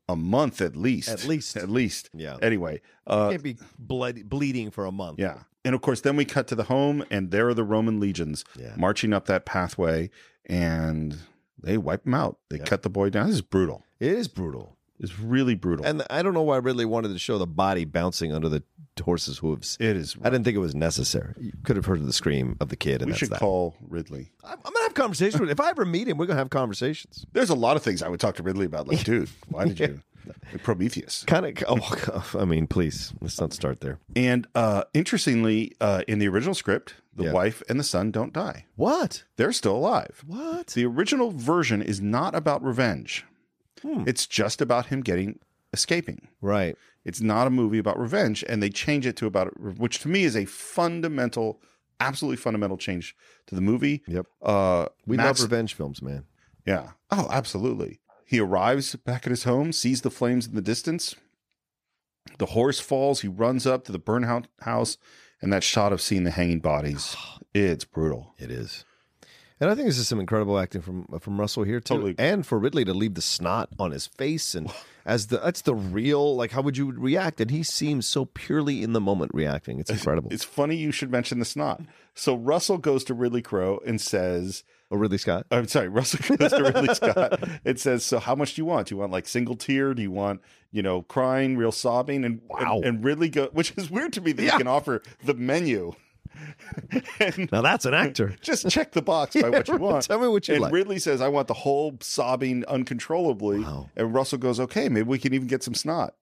Speaker 1: a month at least.
Speaker 3: At least.
Speaker 1: at least.
Speaker 3: Yeah.
Speaker 1: Anyway, uh,
Speaker 3: Can't be blood, bleeding for a month.
Speaker 1: Yeah. And of course, then we cut to the home, and there are the Roman legions
Speaker 3: Yeah.
Speaker 1: marching up that pathway, and they wipe them out. They cut the boy down. This is brutal.
Speaker 3: It is brutal.
Speaker 1: It's really brutal.
Speaker 3: And I don't know why Ridley wanted to show the body bouncing under the horse's hooves.
Speaker 1: it is.
Speaker 3: I didn't think it was necessary. You could have heard the scream of the kid, and
Speaker 1: we
Speaker 3: that's
Speaker 1: should
Speaker 3: that.
Speaker 1: call Ridley.
Speaker 3: I'm, I'm gonna have conversations with. If I ever meet him, we're gonna have conversations.
Speaker 1: There's a lot of things I would talk to Ridley about. Like, dude, why did you? Prometheus.
Speaker 11: Kind of. Oh, I mean, please, let's not start there.
Speaker 1: And uh, interestingly, uh, in the original script, the
Speaker 11: Yeah.
Speaker 1: wife and the son don't die.
Speaker 11: What?
Speaker 1: They're still alive.
Speaker 11: What?
Speaker 1: The original version is not about revenge.
Speaker 11: Hmm.
Speaker 1: It's just about him getting escaping.
Speaker 11: Right.
Speaker 1: It's not a movie about revenge, and they change it to about which to me is a fundamental, absolutely fundamental change to the movie.
Speaker 11: Yep.
Speaker 1: Uh,
Speaker 11: We
Speaker 1: Max-
Speaker 11: love revenge films, man.
Speaker 1: Yeah. Oh, absolutely. He arrives back at his home, sees the flames in the distance. The horse falls. He runs up to the burnout house, and that shot of seeing the hanging bodies. It's brutal.
Speaker 11: It is. And I think this is some incredible acting from uh, from Russell here too,
Speaker 1: Totally.
Speaker 11: and for Ridley to leave the snot on his face and as the that's the real like how would you react? And he seems so purely in the moment reacting. It's incredible.
Speaker 1: It's funny you should mention the snot. So Russell goes to Ridley Crowe and says,
Speaker 11: oh, Ridley Scott.
Speaker 1: I'm sorry, Russell goes to Ridley Scott and says, So how much do you want? Do you want like single tear? Do you want, you know, crying, real sobbing? And
Speaker 11: Wow.
Speaker 1: and, and Ridley go which is weird to me that
Speaker 11: Yeah.
Speaker 1: he can offer the menu. and
Speaker 11: Now that's an actor.
Speaker 1: just check the box by what you
Speaker 11: Yeah,
Speaker 1: want.
Speaker 11: tell me what you
Speaker 1: and
Speaker 11: like.
Speaker 1: Ridley says, I want the whole sobbing uncontrollably.
Speaker 11: Wow.
Speaker 1: And Russell goes, Okay, maybe we can even get some snot.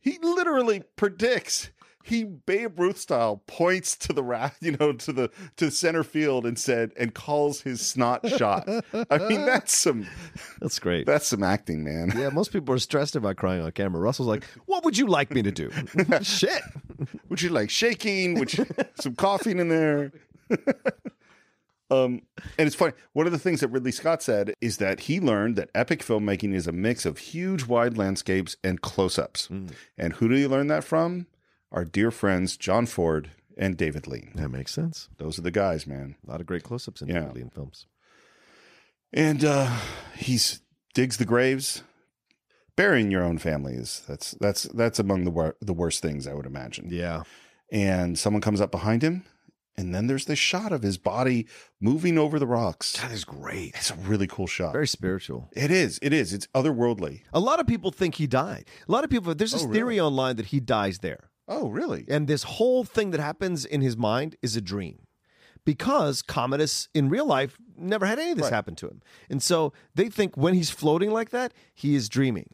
Speaker 1: He literally predicts. He Babe Ruth style points to the raft, you know, to the to center field and said and calls his snot shot. I mean, that's some
Speaker 11: That's great.
Speaker 1: that's some acting, man.
Speaker 11: yeah, most people are stressed about crying on camera. Russell's like, "What would you like me to do?" Shit.
Speaker 1: Would you like shaking? Would you some coughing in there? um, and it's funny. One of the things that Ridley Scott said is that he learned that epic filmmaking is a mix of huge, wide landscapes and close-ups. And who did he learn that from? Our dear friends John Ford and David Lean.
Speaker 11: That makes sense.
Speaker 1: Those are the guys, man.
Speaker 11: A lot of great close-ups in
Speaker 1: Yeah.
Speaker 11: Ridley in films.
Speaker 1: And uh, he's digs the graves. Burying your own family is that's that's that's among the wor- the worst things I would imagine.
Speaker 11: Yeah.
Speaker 1: and someone comes up behind him and then there's this shot of his body moving over the rocks
Speaker 11: That is great.
Speaker 1: it's a really cool shot
Speaker 11: Very spiritual.
Speaker 1: it is it is it's otherworldly
Speaker 11: A lot of people think he died. A lot of people there's this
Speaker 1: Oh, really?
Speaker 11: theory online that he dies there.
Speaker 1: oh really
Speaker 11: And this whole thing that happens in his mind is a dream. Because Commodus in real life never had any of this happen to him. And so they think when he's floating like that, he is dreaming.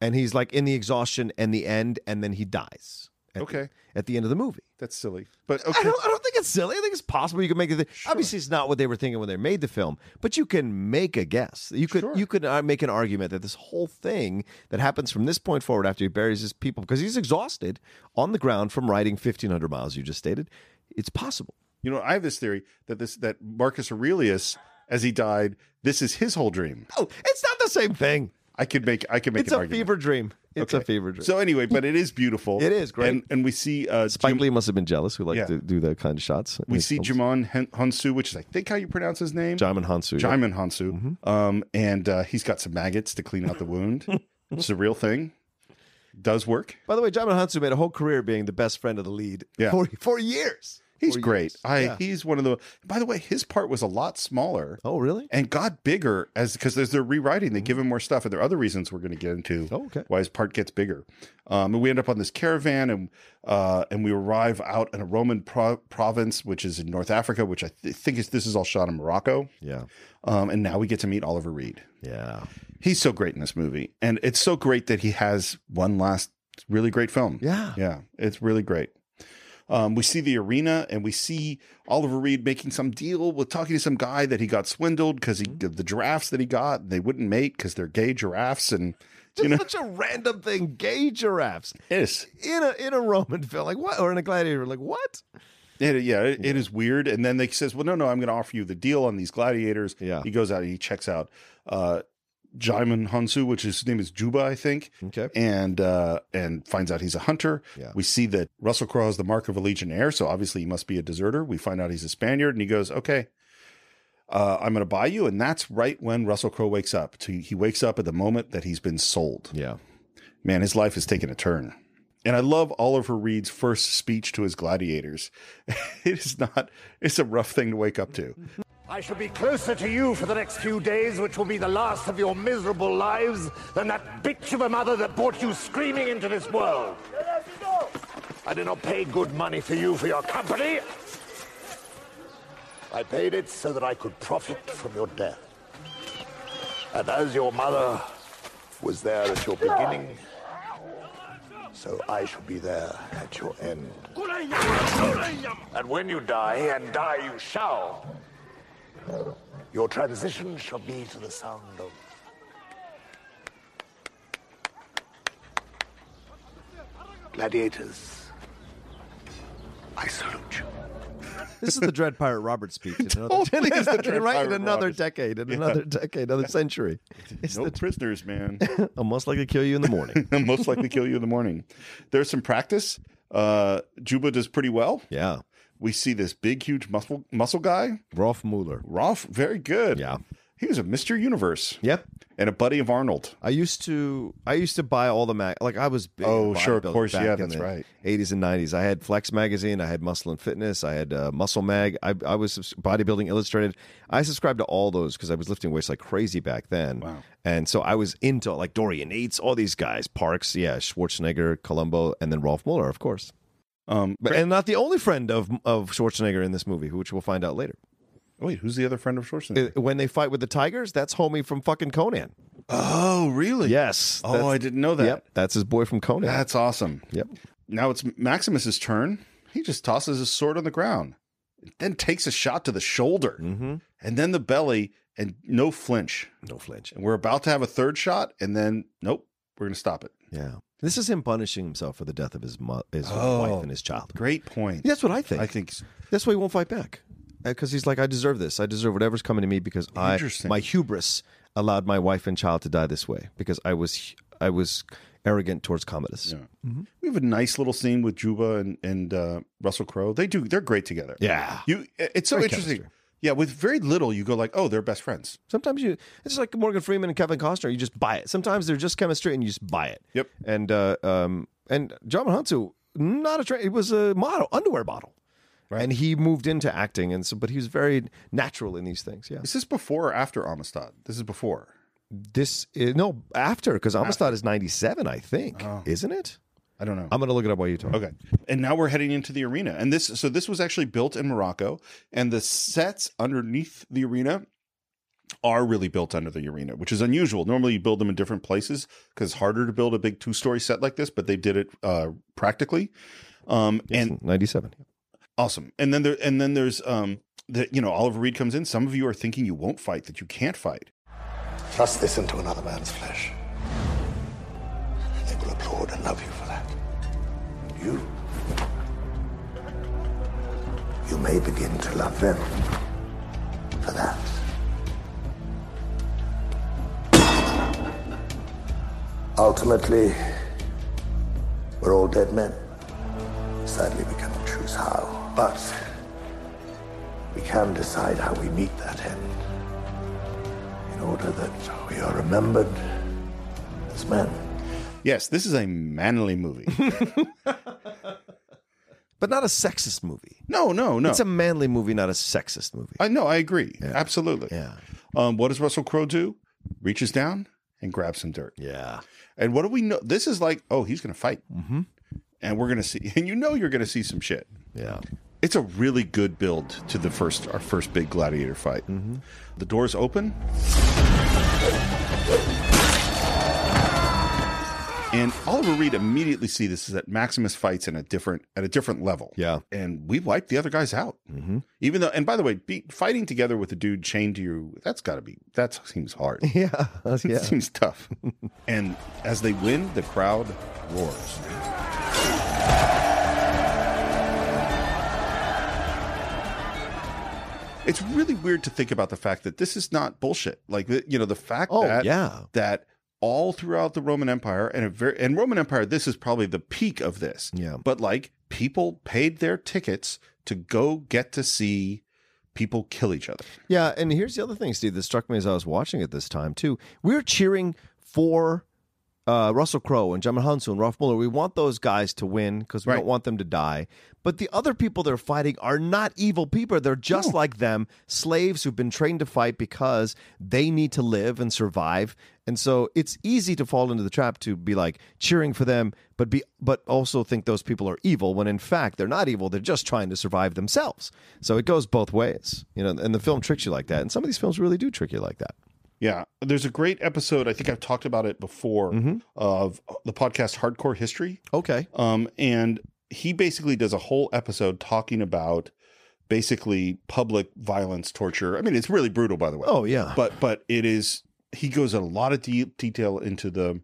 Speaker 11: And he's like in the exhaustion and the end, and then he dies. at the-
Speaker 1: Okay.
Speaker 11: at the end of the movie.
Speaker 1: that's silly but
Speaker 11: I
Speaker 1: okay
Speaker 11: don't, I don't think it's silly. I think it's possible you can make it. Obviously, it's not what they were thinking when they made the film, but you can make a guess. You could you could uh, make an argument that this whole thing that happens from this point forward after he buries his people because he's exhausted on the ground from riding fifteen hundred miles. You just stated it's possible.
Speaker 1: you know i have this theory that this that marcus aurelius as he died this is his whole dream
Speaker 11: Oh, it's not the same thing.
Speaker 1: i could make i could make
Speaker 11: It's
Speaker 1: an
Speaker 11: a
Speaker 1: argument.
Speaker 11: fever dream. It's a
Speaker 1: Okay.
Speaker 11: fever dream.
Speaker 1: so anyway but it is beautiful
Speaker 11: It is great.
Speaker 1: and, and we see uh
Speaker 11: Spike
Speaker 1: Jim-
Speaker 11: Lee must have been jealous. We like
Speaker 1: Yeah.
Speaker 11: to do that kind of shots. in
Speaker 1: we
Speaker 11: his
Speaker 1: see
Speaker 11: films.
Speaker 1: Jamon Hen- Hansu, which is I think how you pronounce his name.
Speaker 11: Jaimon Hansu. yeah.
Speaker 1: Jaimin Hansu.
Speaker 11: Mm-hmm.
Speaker 1: Um, and uh, he's got some maggots to clean out the wound. it's a real thing. Does work.
Speaker 11: By the way, Jaimon Hansu made a whole career being the best friend of the lead
Speaker 1: Yeah.
Speaker 11: for for years.
Speaker 1: He's
Speaker 11: For
Speaker 1: great.
Speaker 11: years.
Speaker 1: I
Speaker 11: Yeah.
Speaker 1: he's one of the by the way, his part was a lot smaller
Speaker 11: Oh, really?
Speaker 1: and got bigger as because there's their rewriting, they give him more stuff, and there are other reasons we're gonna get into
Speaker 11: Oh, okay.
Speaker 1: why his part gets bigger. Um, and we end up on this caravan and uh, and we arrive out in a Roman pro- province, which is in North Africa, which I th- think is this is all shot in Morocco.
Speaker 11: Yeah.
Speaker 1: Um, and now we get to meet Oliver Reed.
Speaker 11: Yeah.
Speaker 1: He's so great in this movie, and it's so great that he has one last really great film.
Speaker 11: Yeah.
Speaker 1: yeah, it's really great. Um, we see the arena, and we see Oliver Reed making some deal with talking to some guy that he got swindled because he the giraffes that he got they wouldn't mate because they're gay giraffes, and
Speaker 11: Just
Speaker 1: you know,
Speaker 11: such a random thing. Gay giraffes
Speaker 1: yes,
Speaker 11: in a in a Roman film, like what, or in a gladiator, like what?
Speaker 1: It, yeah, it, it is weird. And then they says, "Well, no, no, I'm going to offer you the deal on these gladiators."
Speaker 11: Yeah.
Speaker 1: he goes out and he checks out uh, Jaimon Hansu, which his name is Juba, I think.
Speaker 11: Okay.
Speaker 1: and uh, and finds out he's a hunter.
Speaker 11: Yeah.
Speaker 1: we see that Russell Crowe has the mark of a legionnaire, so obviously he must be a deserter. We find out he's a Spaniard, and he goes, "Okay." Uh, I'm going to buy you, and that's right when Russell Crowe wakes up. So he- he wakes up at the moment that he's been sold
Speaker 11: Yeah.
Speaker 1: man, his life has taken a turn. And I love Oliver Reed's first speech to his gladiators. It is not, it's a rough thing to wake up to.
Speaker 2: I shall be closer to you for the next few days, which will be the last of your miserable lives, than that bitch of a mother that brought you screaming into this world. I did not pay good money for you for your company. I paid it so that I could profit from your death. And as your mother, was there at your beginning, so I shall be there at your end. And when you die, and die you shall, your transition shall be to the sound of. Gladiators, I salute you.
Speaker 11: This is the Dread Pirate Robert speech. In another,
Speaker 1: Totally
Speaker 11: It is the Dread
Speaker 1: Pirate
Speaker 11: right in another
Speaker 1: Roberts.
Speaker 11: decade, in
Speaker 1: Yeah.
Speaker 11: another decade, another century. It's
Speaker 1: No
Speaker 11: the
Speaker 1: prisoners, man.
Speaker 11: I'll most likely kill you in the morning.
Speaker 1: Most likely kill you in the morning. There's some practice. Uh, Juba does pretty well.
Speaker 11: yeah.
Speaker 1: We see this big, huge muscle muscle guy,
Speaker 11: Rolf Mueller.
Speaker 1: Rolf. Very good.
Speaker 11: Yeah.
Speaker 1: he was a Mister Universe.
Speaker 11: Yep.
Speaker 1: and a buddy of Arnold.
Speaker 11: I used to I used to buy all the mag like I was big
Speaker 1: Oh,
Speaker 11: into
Speaker 1: sure, of
Speaker 11: bodybuilding
Speaker 1: course,
Speaker 11: back
Speaker 1: yeah,
Speaker 11: in
Speaker 1: that's
Speaker 11: the
Speaker 1: right.
Speaker 11: 80s and 90s I had Flex magazine I had Muscle and Fitness I had uh, Muscle Mag I, I was subs- Bodybuilding Illustrated I subscribed to all those because I was lifting weights like crazy back then
Speaker 1: Wow.
Speaker 11: and so I was into like Dorian Yates all these guys Parks yeah Schwarzenegger Columbo and then Rolf Mueller of course
Speaker 1: Um,
Speaker 11: but, and not the only friend of of Schwarzenegger in this movie which we'll find out later
Speaker 1: wait, who's the other friend of Schwarzenegger?
Speaker 11: Uh, when they fight with the tigers that's homie from fucking Conan
Speaker 1: oh, really?
Speaker 11: yes
Speaker 1: Oh,
Speaker 11: that's-
Speaker 1: I didn't know that.
Speaker 11: yep that's his boy from Conan
Speaker 1: That's awesome.
Speaker 11: Yep.
Speaker 1: Now it's Maximus's turn. He just tosses his sword on the ground, then takes a shot to the shoulder,
Speaker 11: mm-hmm.
Speaker 1: and then the belly, and no flinch.
Speaker 11: no flinch
Speaker 1: And we're about to have a third shot, and then nope, we're going to stop it.
Speaker 11: Yeah. This is him punishing himself for the death of his mo- his
Speaker 1: Oh,
Speaker 11: wife and his child.
Speaker 1: Great point.
Speaker 11: That's what I think.
Speaker 1: I think s-
Speaker 11: That's why he won't fight back. Because he's like, I deserve this. I deserve whatever's coming to me because I
Speaker 1: Interesting.
Speaker 11: my hubris allowed my wife and child to die this way because I was I was arrogant towards Commodus.
Speaker 1: Yeah. we have a nice little scene with Juba and and uh, Russell Crowe. They do. They're great together.
Speaker 11: Yeah.
Speaker 1: You. It's so
Speaker 11: Great
Speaker 1: interesting.
Speaker 11: chemistry.
Speaker 1: Yeah. With very little, you go like, oh, they're best friends.
Speaker 11: Sometimes you it's like Morgan Freeman and Kevin Costner. You just buy it. Sometimes they're just chemistry and you just buy it.
Speaker 1: Yep.
Speaker 11: And uh, um and John Huntu, not a tra- it was a model underwear model. Right. And he moved into acting and so but he was very natural in these things. Yeah.
Speaker 1: Is this before or after Amistad? This is before.
Speaker 11: This is, no after because Amistad is ninety seven, I think,
Speaker 1: Oh.
Speaker 11: isn't it?
Speaker 1: I don't know.
Speaker 11: I'm gonna look it up while you talk.
Speaker 1: Okay. And now we're heading into the arena. And this so this was actually built in Morocco and the sets underneath the arena are really built under the arena, which is unusual. Normally you build them in different places because it's harder to build a big two-story set like this, but they did it uh practically. Um and
Speaker 11: ninety seven.
Speaker 1: awesome. And then there and then there's um the you know, Oliver Reed comes in. Some of you are thinking you won't fight, that you can't fight.
Speaker 2: Thrust this into another man's flesh. They will applaud and love you for that. You. You may begin to love them for that. Ultimately, we're all dead men. Sadly, we cannot choose how, but we can decide how we meet that end in order that we are remembered as men.
Speaker 1: Yes, this is a manly movie.
Speaker 11: But not a sexist movie.
Speaker 1: no, no, no.
Speaker 11: It's a manly movie, not a sexist movie.
Speaker 1: I know, I agree. Absolutely.
Speaker 11: yeah.
Speaker 1: Um, what does Russell Crowe do? Reaches down and grabs some dirt.
Speaker 11: Yeah.
Speaker 1: And what do we know? This is like, oh, he's going to fight. Mm-hmm. And we're going to see, and you know, you're going to see some shit.
Speaker 11: Yeah.
Speaker 1: It's a really good build to the first, our first big gladiator fight. Mm-hmm. The doors open. And Oliver Reed immediately see this is that Maximus fights in a different at a different level.
Speaker 11: Yeah.
Speaker 1: and we wiped the other guys out. Mm-hmm. Even though, and by the way, be, fighting together with a dude chained to you—that's got to be—that seems hard.
Speaker 11: Yeah.
Speaker 1: It seems tough. and as they win, the crowd roars. It's really weird to think about the fact that this is not bullshit. Like the- you know, the fact
Speaker 11: Oh,
Speaker 1: that
Speaker 11: yeah.
Speaker 1: that all throughout the Roman Empire and a very and Roman Empire, this is probably the peak of this.
Speaker 11: Yeah.
Speaker 1: But like people paid their tickets to go get to see people kill each other.
Speaker 11: Yeah, and here's the other thing, Steve, that struck me as I was watching it this time too. We're cheering for uh, Russell Crowe and Jemma Hansu and Ralph Muller. We want those guys to win because we
Speaker 1: Right.
Speaker 11: don't want them to die. But the other people they're fighting are not evil people. They're just like them, slaves who've been trained to fight because they need to live and survive. And so it's easy to fall into the trap to be like cheering for them, but be but also think those people are evil when in fact they're not evil. They're just trying to survive themselves. So it goes both ways, you know. And the film tricks you like that, and some of these films really do trick you like that.
Speaker 1: Yeah, there's a great episode. I think I've talked about it before of the podcast Hardcore History.
Speaker 11: Okay.
Speaker 1: Um, and he basically does a whole episode talking about basically public violence, torture. I mean, it's really brutal, by the way.
Speaker 11: Oh, yeah.
Speaker 1: But but it is. He goes in a lot of de- detail into the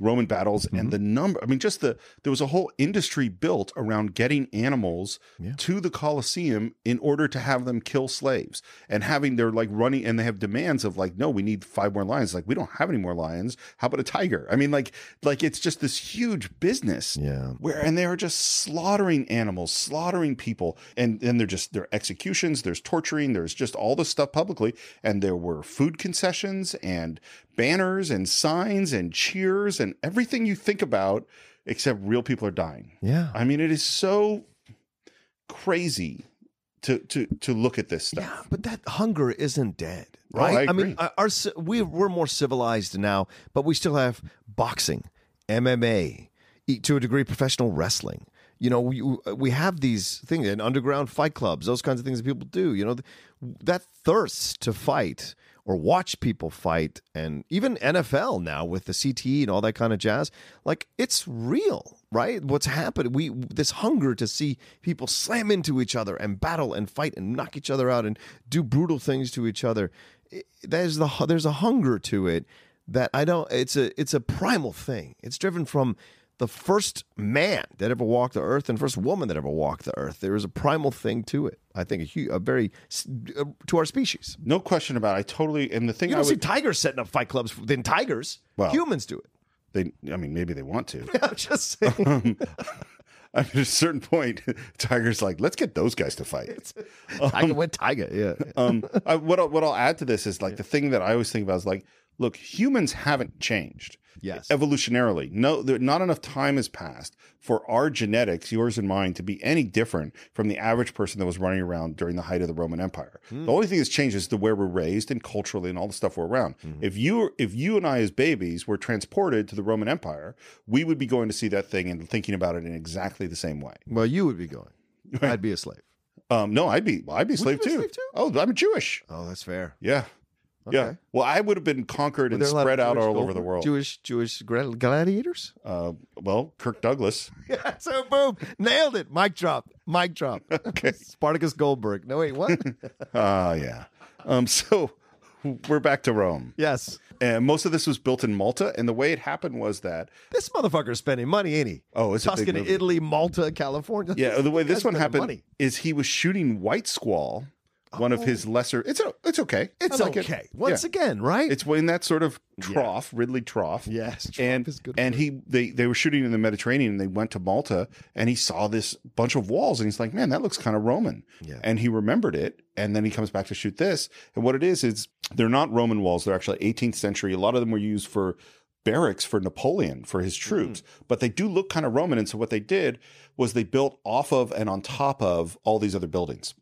Speaker 1: Roman battles and the number. I mean, just the there was a whole industry built around getting animals to the Colosseum in order to have them kill slaves and having their like running and they have demands of like, no, we need five more lions. Like, we don't have any more lions. How about a tiger? I mean, like, like it's just this huge business.
Speaker 11: Yeah.
Speaker 1: Where and they are just slaughtering animals, slaughtering people, and then they're just their executions. There's torturing. There's just all this stuff publicly, and there were food concessions and banners and signs and cheers and everything you think about, except real people are dying.
Speaker 11: Yeah.
Speaker 1: I mean, it is so crazy to to to look at this stuff.
Speaker 11: But that hunger isn't dead,
Speaker 1: No,
Speaker 11: right?
Speaker 1: I
Speaker 11: mean,
Speaker 1: agree.
Speaker 11: our- our ci- we we're more civilized now, but we still have boxing, MMA, e- to a degree, professional wrestling. You know, we uh, we have these things and underground fight clubs, those kinds of things that people do. You know, th- that thirst to fight or watch people fight, and even NFL now with the CTE and all that kind of jazz, like it's real, right? What's happened? We this hunger to see people slam into each other and battle and fight and knock each other out and do brutal things to each other. I- There's the hu- there's a hunger to it that I don't. It's a it's a primal thing. It's driven from the first man that ever walked the earth and first woman that ever walked the earth. There is a primal thing to it. I think a, hu- a very s- uh, to our species.
Speaker 1: No question about it. I totally and the thing
Speaker 11: You
Speaker 1: I
Speaker 11: don't see
Speaker 1: would
Speaker 11: tigers setting up fight clubs. Then tigers,
Speaker 1: Well.
Speaker 11: humans do it.
Speaker 1: they I mean maybe they want to.
Speaker 11: I'm just saying.
Speaker 1: I mean, at a certain point, Tiger's like, let's get those guys to fight.
Speaker 11: tiger went tiger. Yeah.
Speaker 1: um, I, what I'll, what I'll add to this is like the thing that I always think about is like, look, humans haven't changed.
Speaker 11: Yes.
Speaker 1: Evolutionarily, no, there, not enough time has passed for our genetics, yours and mine, to be any different from the average person that was running around during the height of the Roman Empire.
Speaker 11: Hmm.
Speaker 1: The only thing that's changed is the where we're raised and culturally and all the stuff we're around.
Speaker 11: Mm-hmm.
Speaker 1: If you, if you and I as babies were transported to the Roman Empire, we would be going to see that thing and thinking about it in exactly the same way.
Speaker 11: Well, you would be going. I'd be a slave.
Speaker 1: Um, no, I'd be, well, I'd be a slave,
Speaker 11: Would you be a
Speaker 1: too.
Speaker 11: slave too?
Speaker 1: Oh, I'm Jewish.
Speaker 11: Oh, that's fair.
Speaker 1: Yeah. Yeah.
Speaker 11: Okay.
Speaker 1: Well, I would have been conquered
Speaker 11: Were
Speaker 1: and
Speaker 11: there a lot of
Speaker 1: spread out
Speaker 11: Jewish
Speaker 1: all over
Speaker 11: gold-
Speaker 1: the world.
Speaker 11: Jewish Jewish gra- gladiators.
Speaker 1: Uh, well, Kirk Douglas.
Speaker 11: Yeah, so boom, nailed it. Mic drop. Mic drop.
Speaker 1: Okay.
Speaker 11: Spartacus Goldberg. No, wait, what?
Speaker 1: Ah, yeah. Um, so we're back to Rome.
Speaker 11: yes.
Speaker 1: And most of this was built in Malta. And the way it happened was that,
Speaker 11: This motherfucker's spending money, ain't he?
Speaker 1: Oh, it's a big
Speaker 11: Tuscany,
Speaker 1: movie.
Speaker 11: Italy, Malta, California.
Speaker 1: yeah, the way
Speaker 11: guy's
Speaker 1: this one
Speaker 11: spending
Speaker 1: happened
Speaker 11: money.
Speaker 1: is he was shooting White Squall, one of his lesser. It's o- it's okay.
Speaker 11: It's
Speaker 1: I like it.
Speaker 11: Oh. okay.
Speaker 1: Yeah.
Speaker 11: Once again, right?
Speaker 1: It's in that sort of trough, Ridley trough.
Speaker 11: Yes, trough
Speaker 1: and
Speaker 11: is a good
Speaker 1: and
Speaker 11: word.
Speaker 1: he they they were shooting in the Mediterranean and they went to Malta and he saw this bunch of walls and he's like, man, that looks kind of Roman.
Speaker 11: Yeah.
Speaker 1: and he remembered it and then he comes back to shoot this and what it is is they're not Roman walls; they're actually 18th century. A lot of them were used for barracks for Napoleon for his
Speaker 11: Mm-hmm.
Speaker 1: troops, but they do look kind of Roman. And so what they did was they built off of and on top of all these other buildings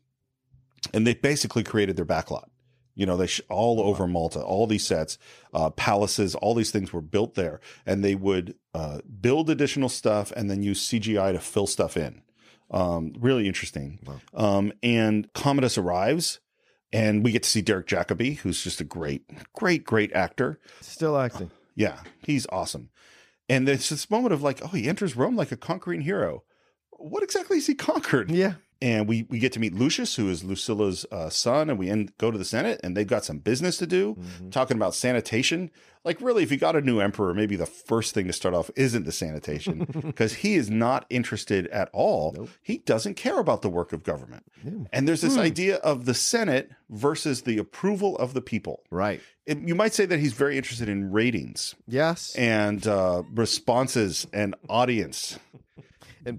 Speaker 1: and they basically created their backlot. You know, they sh- all over Malta, all these sets, uh, palaces, all these things were built there, and they would uh, build additional stuff and then use CGI to fill stuff in. Um, really interesting. Um, and Commodus arrives, and we get to see Derek Jacobi, who's just a great, great, great actor.
Speaker 11: still acting.
Speaker 1: Yeah, he's awesome. And there's this moment of like, oh, he enters Rome like a conquering hero. What exactly has he conquered?
Speaker 11: Yeah.
Speaker 1: and we we get to meet Lucius, who is Lucilla's uh, son, and we end, go to the Senate, and they've got some business to do, talking about sanitation. Like, really, if you got a new emperor, maybe the first thing to start off isn't the sanitation, because he is not interested at all. He doesn't care about the work of government. And there's this idea of the Senate versus the approval of the people.
Speaker 11: Right.
Speaker 1: It, you might say that he's very interested in ratings
Speaker 11: Yes. And,
Speaker 1: and uh, responses and audience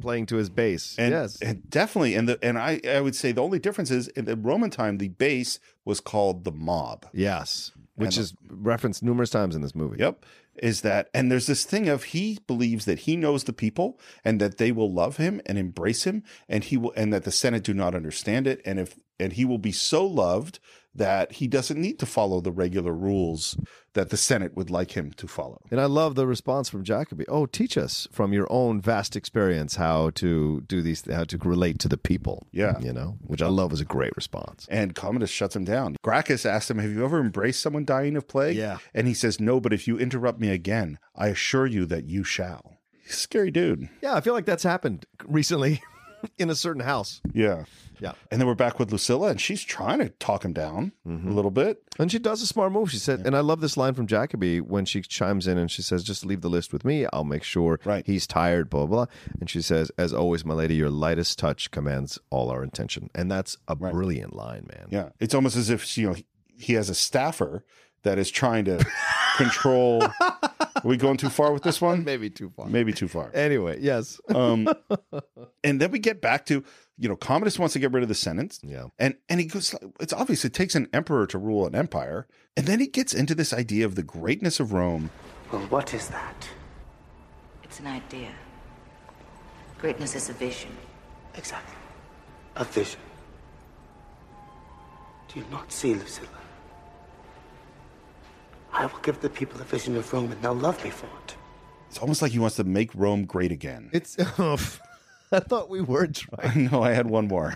Speaker 11: playing to his base.
Speaker 1: and,
Speaker 11: yes.
Speaker 1: and definitely and the and I, I would say the only difference is in the roman time the base was called the mob
Speaker 11: yes. Which
Speaker 1: and-
Speaker 11: is referenced numerous times in this movie.
Speaker 1: yep is that and there's this thing of he believes that he knows the people and that they will love him and embrace him and he will and that the senate do not understand it and if and he will be so loved that he doesn't need to follow the regular rules that the Senate would like him to follow.
Speaker 11: And I love the response from Jacoby. Oh, teach us from your own vast experience how to do these, how to relate to the people.
Speaker 1: Yeah.
Speaker 11: You know, which I love is a great response.
Speaker 1: And Commodus shuts him down. Gracchus asks him, Have you ever embraced someone dying of plague?
Speaker 11: Yeah.
Speaker 1: And he says, No, but if you interrupt me again, I assure you that you shall. Scary dude.
Speaker 11: Yeah, I feel like that's happened recently in a certain house.
Speaker 1: Yeah.
Speaker 11: Yeah.
Speaker 1: And then we're back with Lucilla, and she's trying to talk him down a
Speaker 11: Mm-hmm.
Speaker 1: little bit.
Speaker 11: And she does a smart move. She said, and I love this line from Jacoby when she chimes in and she says, just leave the list with me. I'll make sure
Speaker 1: Right.
Speaker 11: he's tired, blah, blah. blah." And she says, as always, my lady, your lightest touch commands all our attention. And that's a brilliant line, man.
Speaker 1: Yeah, it's almost as if you know he- he has a staffer that is trying to control. Are we going too far with this one?
Speaker 11: Maybe too far.
Speaker 1: Maybe too far.
Speaker 11: Anyway, yes.
Speaker 1: Um, and then we get back to you know Commodus wants to get rid of the sentence.
Speaker 11: Yeah.
Speaker 1: and and he goes. like, It's obvious it takes an emperor to rule an empire, and then he gets into this idea of the greatness of Rome.
Speaker 7: Well, what is that?
Speaker 8: It's an idea. Greatness is a vision.
Speaker 7: Exactly. A vision. Do you not see, Lucilla? I will give the people a vision of Rome and they'll love me for it.
Speaker 1: It's almost like he wants to make Rome great again.
Speaker 11: It's, I thought we were trying.
Speaker 1: no, I had one more.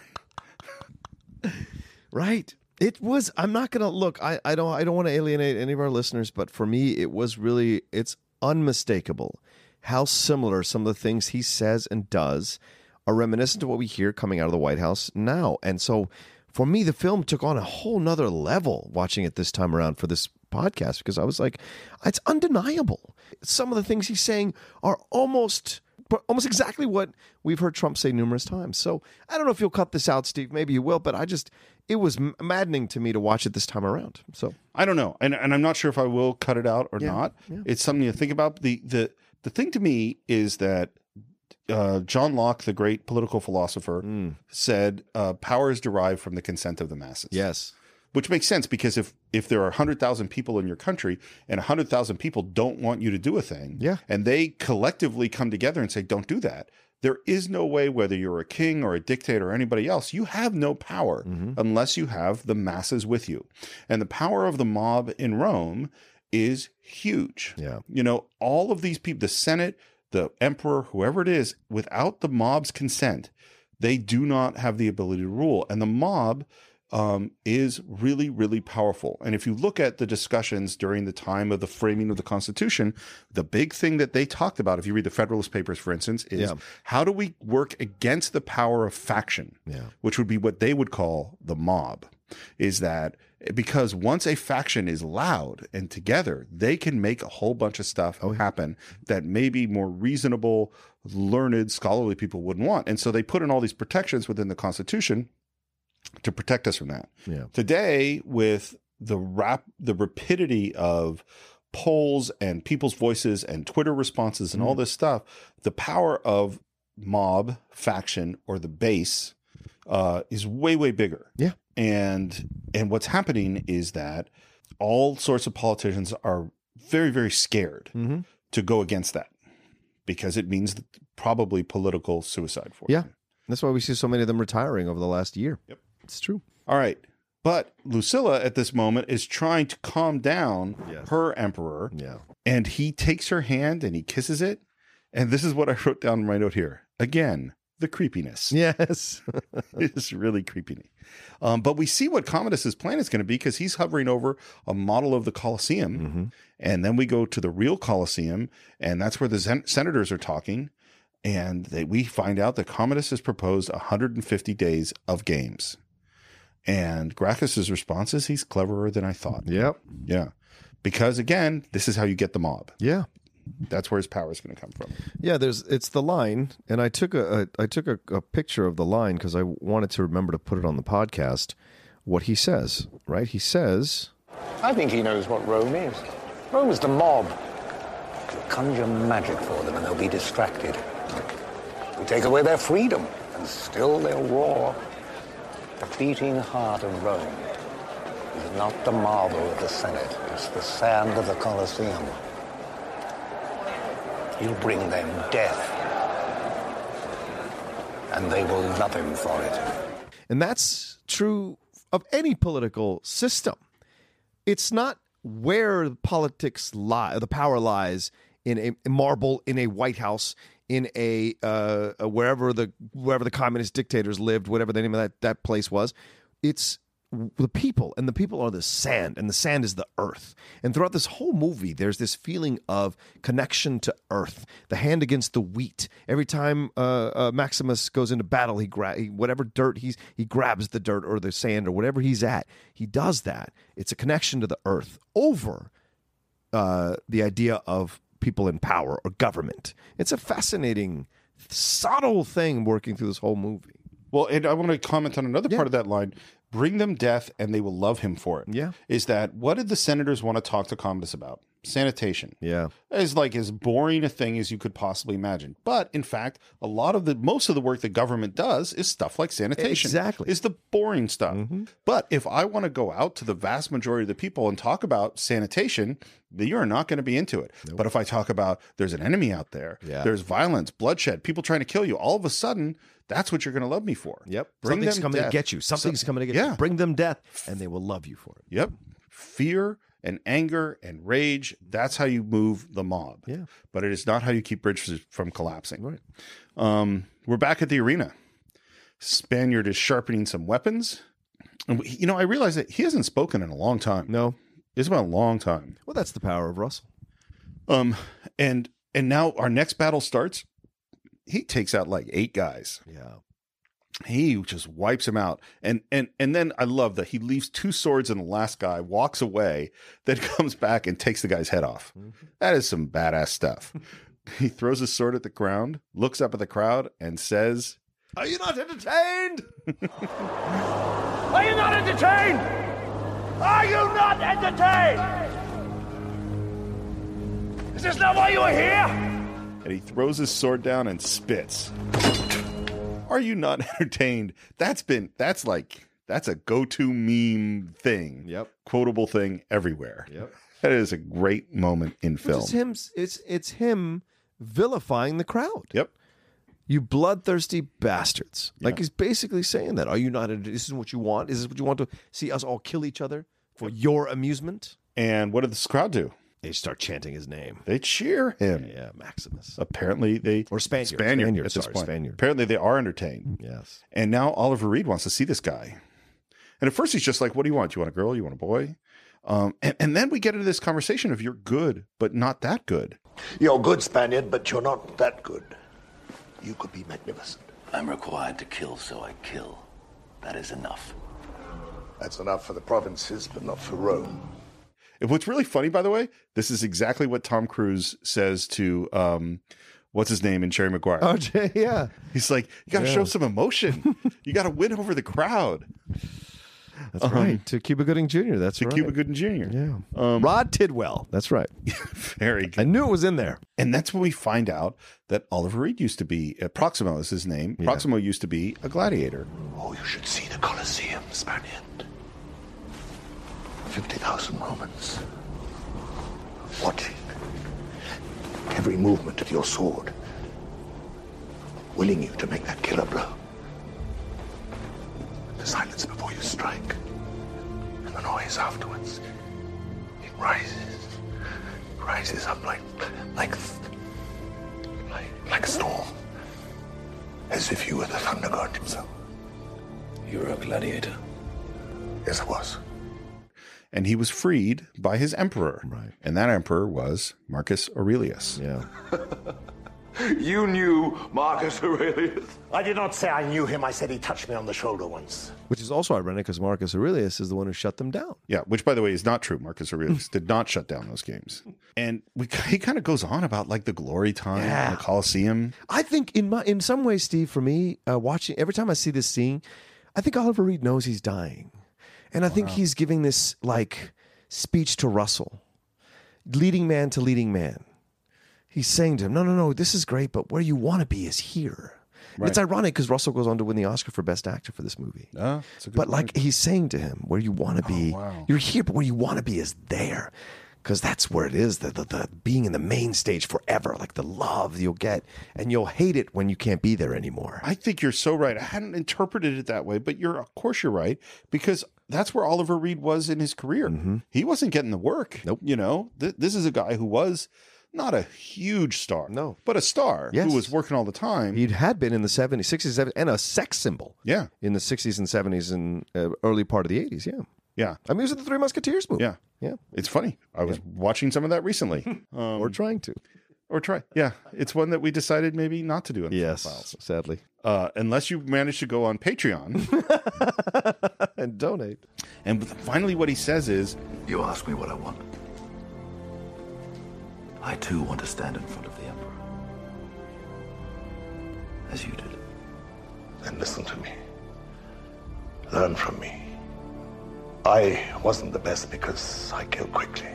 Speaker 11: Right. It was. I'm not gonna look. I, I don't. I don't want to alienate any of our listeners, but for me, it was really. It's unmistakable how similar some of the things he says and does are reminiscent to what we hear coming out of the White House now. And so, for me, the film took on a whole nother level watching it this time around for this podcast because I was like, it's undeniable. Some of the things he's saying are almost but almost exactly what we've heard Trump say numerous times. So I don't know if you'll cut this out, Steve. Maybe you will, but I just it was m- maddening to me to watch it this time around. So
Speaker 1: I don't know, and and I'm not sure if I will cut it out or not. It's something to think about. the the The thing to me is that uh, John Locke, the great political philosopher, said uh, power is derived from the consent of the masses.
Speaker 11: yes,
Speaker 1: which makes sense because if if there are hundred thousand people in your country and hundred thousand people don't want you to do a thing,
Speaker 11: Yeah.
Speaker 1: and they collectively come together and say, "Don't do that." There is no way, whether you're a king or a dictator or anybody else, you have no power
Speaker 11: Mm-hmm.
Speaker 1: unless you have the masses with you. And the power of the mob in Rome is huge.
Speaker 11: Yeah.
Speaker 1: You know, all of these people, the Senate, the emperor, whoever it is, without the mob's consent, they do not have the ability to rule. And the mob um, is really, really powerful. And if you look at the discussions during the time of the framing of the Constitution, the big thing that they talked about, if you read the Federalist Papers, for instance, is
Speaker 11: Yeah.
Speaker 1: how do we work against the power of faction,
Speaker 11: Yeah.
Speaker 1: which would be what they would call the mob? Is that because once a faction is loud and together, they can make a whole bunch of stuff
Speaker 11: Oh,
Speaker 1: happen that maybe more reasonable, learned, scholarly people wouldn't want. And so they put in all these protections within the Constitution to protect us from that.
Speaker 11: Yeah.
Speaker 1: Today, with the rap, the rapidity of polls and people's voices and Twitter responses and
Speaker 11: Mm.
Speaker 1: all this stuff, the power of mob, faction, or the base uh, is way, way bigger.
Speaker 11: Yeah.
Speaker 1: And and what's happening is that all sorts of politicians are very, very scared
Speaker 11: Mm-hmm.
Speaker 1: to go against that because it means probably political suicide for
Speaker 11: yeah.
Speaker 1: them.
Speaker 11: That's why we see so many of them retiring over the last year. Yep, it's true.
Speaker 1: All right. But Lucilla at this moment is trying to calm down
Speaker 11: Yes.
Speaker 1: her emperor,
Speaker 11: Yeah,
Speaker 1: and he takes her hand and he kisses it. And this is what I wrote down in my note here. Again, the creepiness.
Speaker 11: yes,
Speaker 1: it's really creepy. Um, but we see what Commodus's plan is going to be because he's hovering over a model of the Colosseum. And then we go to the real Colosseum, and that's where the sen- senators are talking. And they, we find out that Commodus has proposed 150 days of games. And Gracchus's response is he's cleverer than I thought.
Speaker 11: yep,
Speaker 1: Yeah. Because again, this is how you get the mob.
Speaker 11: yeah.
Speaker 1: That's where his power is going to come from.
Speaker 11: Yeah, there's it's the line, and I took a, a I took a, a picture of the line because I wanted to remember to put it on the podcast. What he says, right? He says,
Speaker 2: I think he knows what Rome is. Rome is the mob. Conjure magic for them and they'll be distracted. We take away their freedom and still they'll roar. The beating heart of Rome is not the marble of the Senate, it's the sand of the Colosseum. You bring them death, and they will love him for it.
Speaker 11: and that's
Speaker 3: true of any political system. It's not where the politics lie, the power lies in a in marble, in a White House, in a, uh, a wherever the wherever the communist dictators lived, whatever the name of that that place was. It's the people, and the people are the sand, and the sand is the earth. And throughout this whole movie, there's this feeling of connection to earth, the hand against the wheat. Every time uh, uh, Maximus goes into battle, he, gra- he whatever dirt he's he grabs the dirt or the sand or whatever he's at. He does that. It's a connection to the earth over uh, the idea of people in power or government. It's a fascinating, subtle thing working through this whole movie.
Speaker 1: Well, and I want to comment on another part of that line. Bring them death and they will love him for it.
Speaker 3: Yeah.
Speaker 1: Is that what did the senators want to talk to Commodus about? Sanitation.
Speaker 3: Yeah.
Speaker 1: Is like as boring a thing as you could possibly imagine. But in fact, a lot of the most of the work that government does is stuff like sanitation.
Speaker 3: Exactly. Mm-hmm.
Speaker 1: Is the boring stuff. But if I want to go out to the vast majority of the people and talk about sanitation, then you're not going to be into it. But if I talk about there's an enemy out there,
Speaker 3: Yeah.
Speaker 1: there's violence, bloodshed, people trying to kill you, all of a sudden, that's what you're going to love me for.
Speaker 3: Yep.
Speaker 1: Bring
Speaker 3: Something's
Speaker 1: them
Speaker 3: coming
Speaker 1: death.
Speaker 3: to get you. Something's
Speaker 1: Some-
Speaker 3: coming to get
Speaker 1: yeah.
Speaker 3: you. Bring them death and they will love you for it.
Speaker 1: Yep. Fear and anger and rage. That's how you move the mob.
Speaker 3: Yeah.
Speaker 1: But it is not how you keep bridges from collapsing.
Speaker 3: Right.
Speaker 1: Um, we're back at the arena. Spaniard is sharpening some weapons. And, we- you know, I realize that he hasn't spoken in a long time.
Speaker 3: No.
Speaker 1: It's been a long time.
Speaker 3: Well, that's the power of Russell.
Speaker 1: Um, and and now our next battle starts. He takes out like eight guys.
Speaker 3: Yeah.
Speaker 1: he just wipes him out and and and then i love that he leaves two swords in the last guy walks away then comes back and takes the guy's head off That is some badass stuff he throws his sword at the ground looks up at the crowd and says
Speaker 3: Are you not entertained?
Speaker 2: Are you not entertained? Are you not entertained? Is this not why you are here?
Speaker 1: and he throws his sword down and spits are you not entertained that's been that's like that's a go-to meme thing
Speaker 3: Yep.
Speaker 1: quotable thing everywhere
Speaker 3: Yep.
Speaker 1: that is a great moment in film
Speaker 3: It's him. It's it's him vilifying the crowd.
Speaker 1: yep
Speaker 3: You bloodthirsty bastards! Like he's basically saying that. Are you not? enter- This is what you want. Is this what you want to see us all kill each other for your amusement?
Speaker 1: and what did this crowd do
Speaker 3: They start chanting his name.
Speaker 1: they cheer him
Speaker 3: Yeah, Maximus.
Speaker 1: apparently they
Speaker 3: Or Spaniard.
Speaker 1: Spaniard,
Speaker 3: Spaniard,
Speaker 1: at this
Speaker 3: sorry,
Speaker 1: point.
Speaker 3: Spaniard.
Speaker 1: Apparently they are entertained.
Speaker 3: Yes.
Speaker 1: And now Oliver Reed wants to see this guy. And at first he's just like, "What do you want? You want a girl? You want a boy?" Um, and, and then we get into this conversation of you're good, but not that good.
Speaker 11: You're good, Spaniard, but you're not that good. You could be magnificent.
Speaker 6: I'm required to kill, so I kill. That is enough.
Speaker 11: That's enough for the provinces, but not for Rome.
Speaker 1: And what's really funny, by the way, this is exactly what Tom Cruise says to um, what's his name in Cherry Maguire.
Speaker 11: Oh,
Speaker 3: RJ, yeah.
Speaker 1: He's like, "You got to
Speaker 3: Oh, Yeah.
Speaker 1: show some emotion. you got to win over the crowd."
Speaker 3: That's right. Uh-huh. To Cuba Gooding Jr. That's
Speaker 1: To
Speaker 3: right.
Speaker 1: Cuba Gooden Jr.
Speaker 3: Yeah. Rod Tidwell. That's right.
Speaker 1: Very good.
Speaker 3: I knew it was in there.
Speaker 1: And that's when we find out that Oliver Reed used to be uh, Proximo is his name. Proximo used to be a gladiator.
Speaker 11: Oh, you should see the Colosseum, Spaniard. 50,000 Romans. Watching. Every movement of your sword. Willing you to make that killer blow. The silence before you strike. And the noise afterwards. It rises. Rises up like. like. like, like a storm. As if you were the thunder god himself.
Speaker 6: You're a gladiator.
Speaker 11: Yes, it was.
Speaker 1: And he was freed by his emperor.
Speaker 3: Right.
Speaker 1: And that emperor was Marcus Aurelius.
Speaker 3: Yeah.
Speaker 2: You knew Marcus Aurelius.
Speaker 11: I did not say I knew him. I said he touched me on the shoulder once.
Speaker 3: Which is also ironic because Marcus Aurelius is the one who shut them down.
Speaker 1: Yeah, which by the way is not true. Marcus Aurelius did not shut down those games. And we, he kind of goes on about like the glory time,
Speaker 3: Yeah.
Speaker 1: and the Colosseum.
Speaker 3: I think in my in some ways, Steve, for me, uh, watching every time I see this scene, I think Oliver Reed knows he's dying, and I think he's giving this like speech to Russell, leading man to leading man. He's saying to him, "No, no, no, this is great, but where you want to be is here." And It's
Speaker 1: Right.
Speaker 3: ironic because Russell goes on to win the Oscar for Best Actor for this movie.
Speaker 1: Ah, that's a good
Speaker 3: Oh, but like he's saying to him, "Where you want to be,
Speaker 1: wow.
Speaker 3: you're here, but where you want to be is there." because that's where it is the, the, the being in the main stage forever like the love you'll get and you'll hate it when you can't be there anymore
Speaker 1: I think you're so right. I hadn't interpreted it that way, but you're of course you're right because that's where Oliver Reed was in his career.
Speaker 3: Mm-hmm.
Speaker 1: He wasn't getting the work. Nope. You know, Th- this is a guy who was not a huge star, no, but a star
Speaker 3: Yes.
Speaker 1: who was working all the time.
Speaker 3: He had been in the 70s, 60s, 70s, and a sex symbol.
Speaker 1: Yeah.
Speaker 3: In the 60s and 70s and uh, early part of the 80s. Yeah.
Speaker 1: Yeah.
Speaker 3: I mean, it was in the Three Musketeers movie.
Speaker 1: Yeah.
Speaker 3: Yeah.
Speaker 1: It's funny. I was watching some of that recently. Um,
Speaker 3: or trying to.
Speaker 1: Or try. Yeah. It's one that we decided maybe not to do in
Speaker 3: Yes.
Speaker 1: the files.
Speaker 3: Sadly.
Speaker 1: Uh, unless you manage to go on Patreon.
Speaker 3: and donate.
Speaker 1: And finally, what he says is
Speaker 6: You ask me what I want. I too want to stand in front of the Emperor. As you did.
Speaker 13: Then listen to me. Learn from me. I wasn't the best because I killed quickly.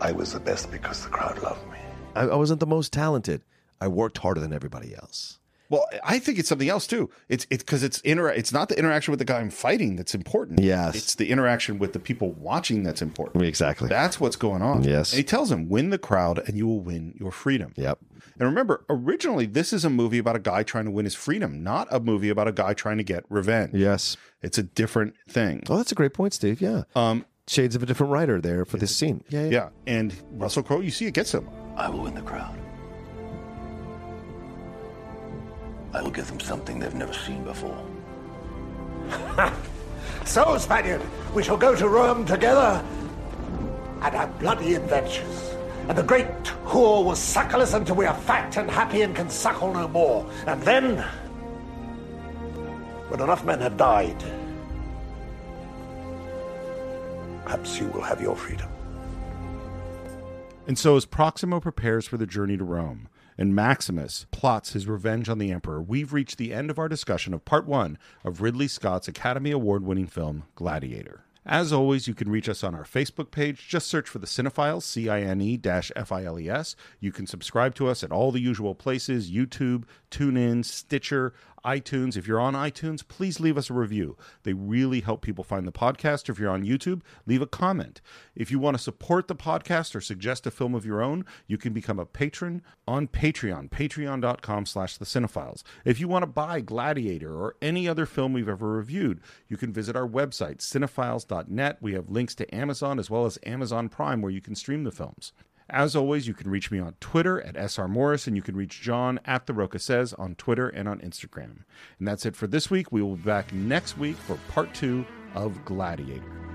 Speaker 13: I was the best because the crowd loved me.
Speaker 3: I, I wasn't the most talented. I worked harder than everybody else.
Speaker 1: Well, I think it's something else too. It's it's because it's inter it's not the interaction with the guy I'm fighting that's important.
Speaker 3: Yes.
Speaker 1: It's the interaction with the people watching that's important.
Speaker 3: Exactly.
Speaker 1: That's what's going on.
Speaker 3: Yes.
Speaker 1: And he tells him, win the crowd and you will win your freedom.
Speaker 3: Yep.
Speaker 1: And remember, originally this is a movie about a guy trying to win his freedom, not a movie about a guy trying to get revenge.
Speaker 3: Yes.
Speaker 1: It's a different thing.
Speaker 3: Oh, that's a great point, Steve. Yeah.
Speaker 1: Um
Speaker 3: Shades of a different writer there for this scene. Yeah.
Speaker 1: yeah. And Russell Crowe, you see it gets him.
Speaker 6: I will win the crowd. I will give them something they've never seen before.
Speaker 11: So, Spaniard, we shall go to Rome together and have bloody adventures. And the great whore will suckle us until we are fat and happy and can suckle no more. And then, when enough men have died, perhaps you will have your freedom.
Speaker 1: And so, as Proximo prepares for the journey to Rome and Maximus plots his revenge on the Emperor, we've reached the end of our discussion of part one of Ridley Scott's Academy Award winning film, Gladiator. As always, you can reach us on our Facebook page. Just search for the Cinephiles, C I N E F I L E S. You can subscribe to us at all the usual places YouTube, TuneIn, Stitcher, iTunes. If you're on iTunes, please leave us a review. They really help people find the podcast. If you're on YouTube, leave a comment. If you want to support the podcast or suggest a film of your own, you can become a patron on Patreon, patreon.com slash the cinephiles. If you want to buy Gladiator or any other film we've ever reviewed, you can visit our website, cinephiles.net. We have links to Amazon as well as Amazon Prime where you can stream the films. As always, you can reach me on Twitter at SR Morris, and you can reach John at The Roca Says on Twitter and on Instagram. And that's it for this week. We will be back next week for part two of Gladiator.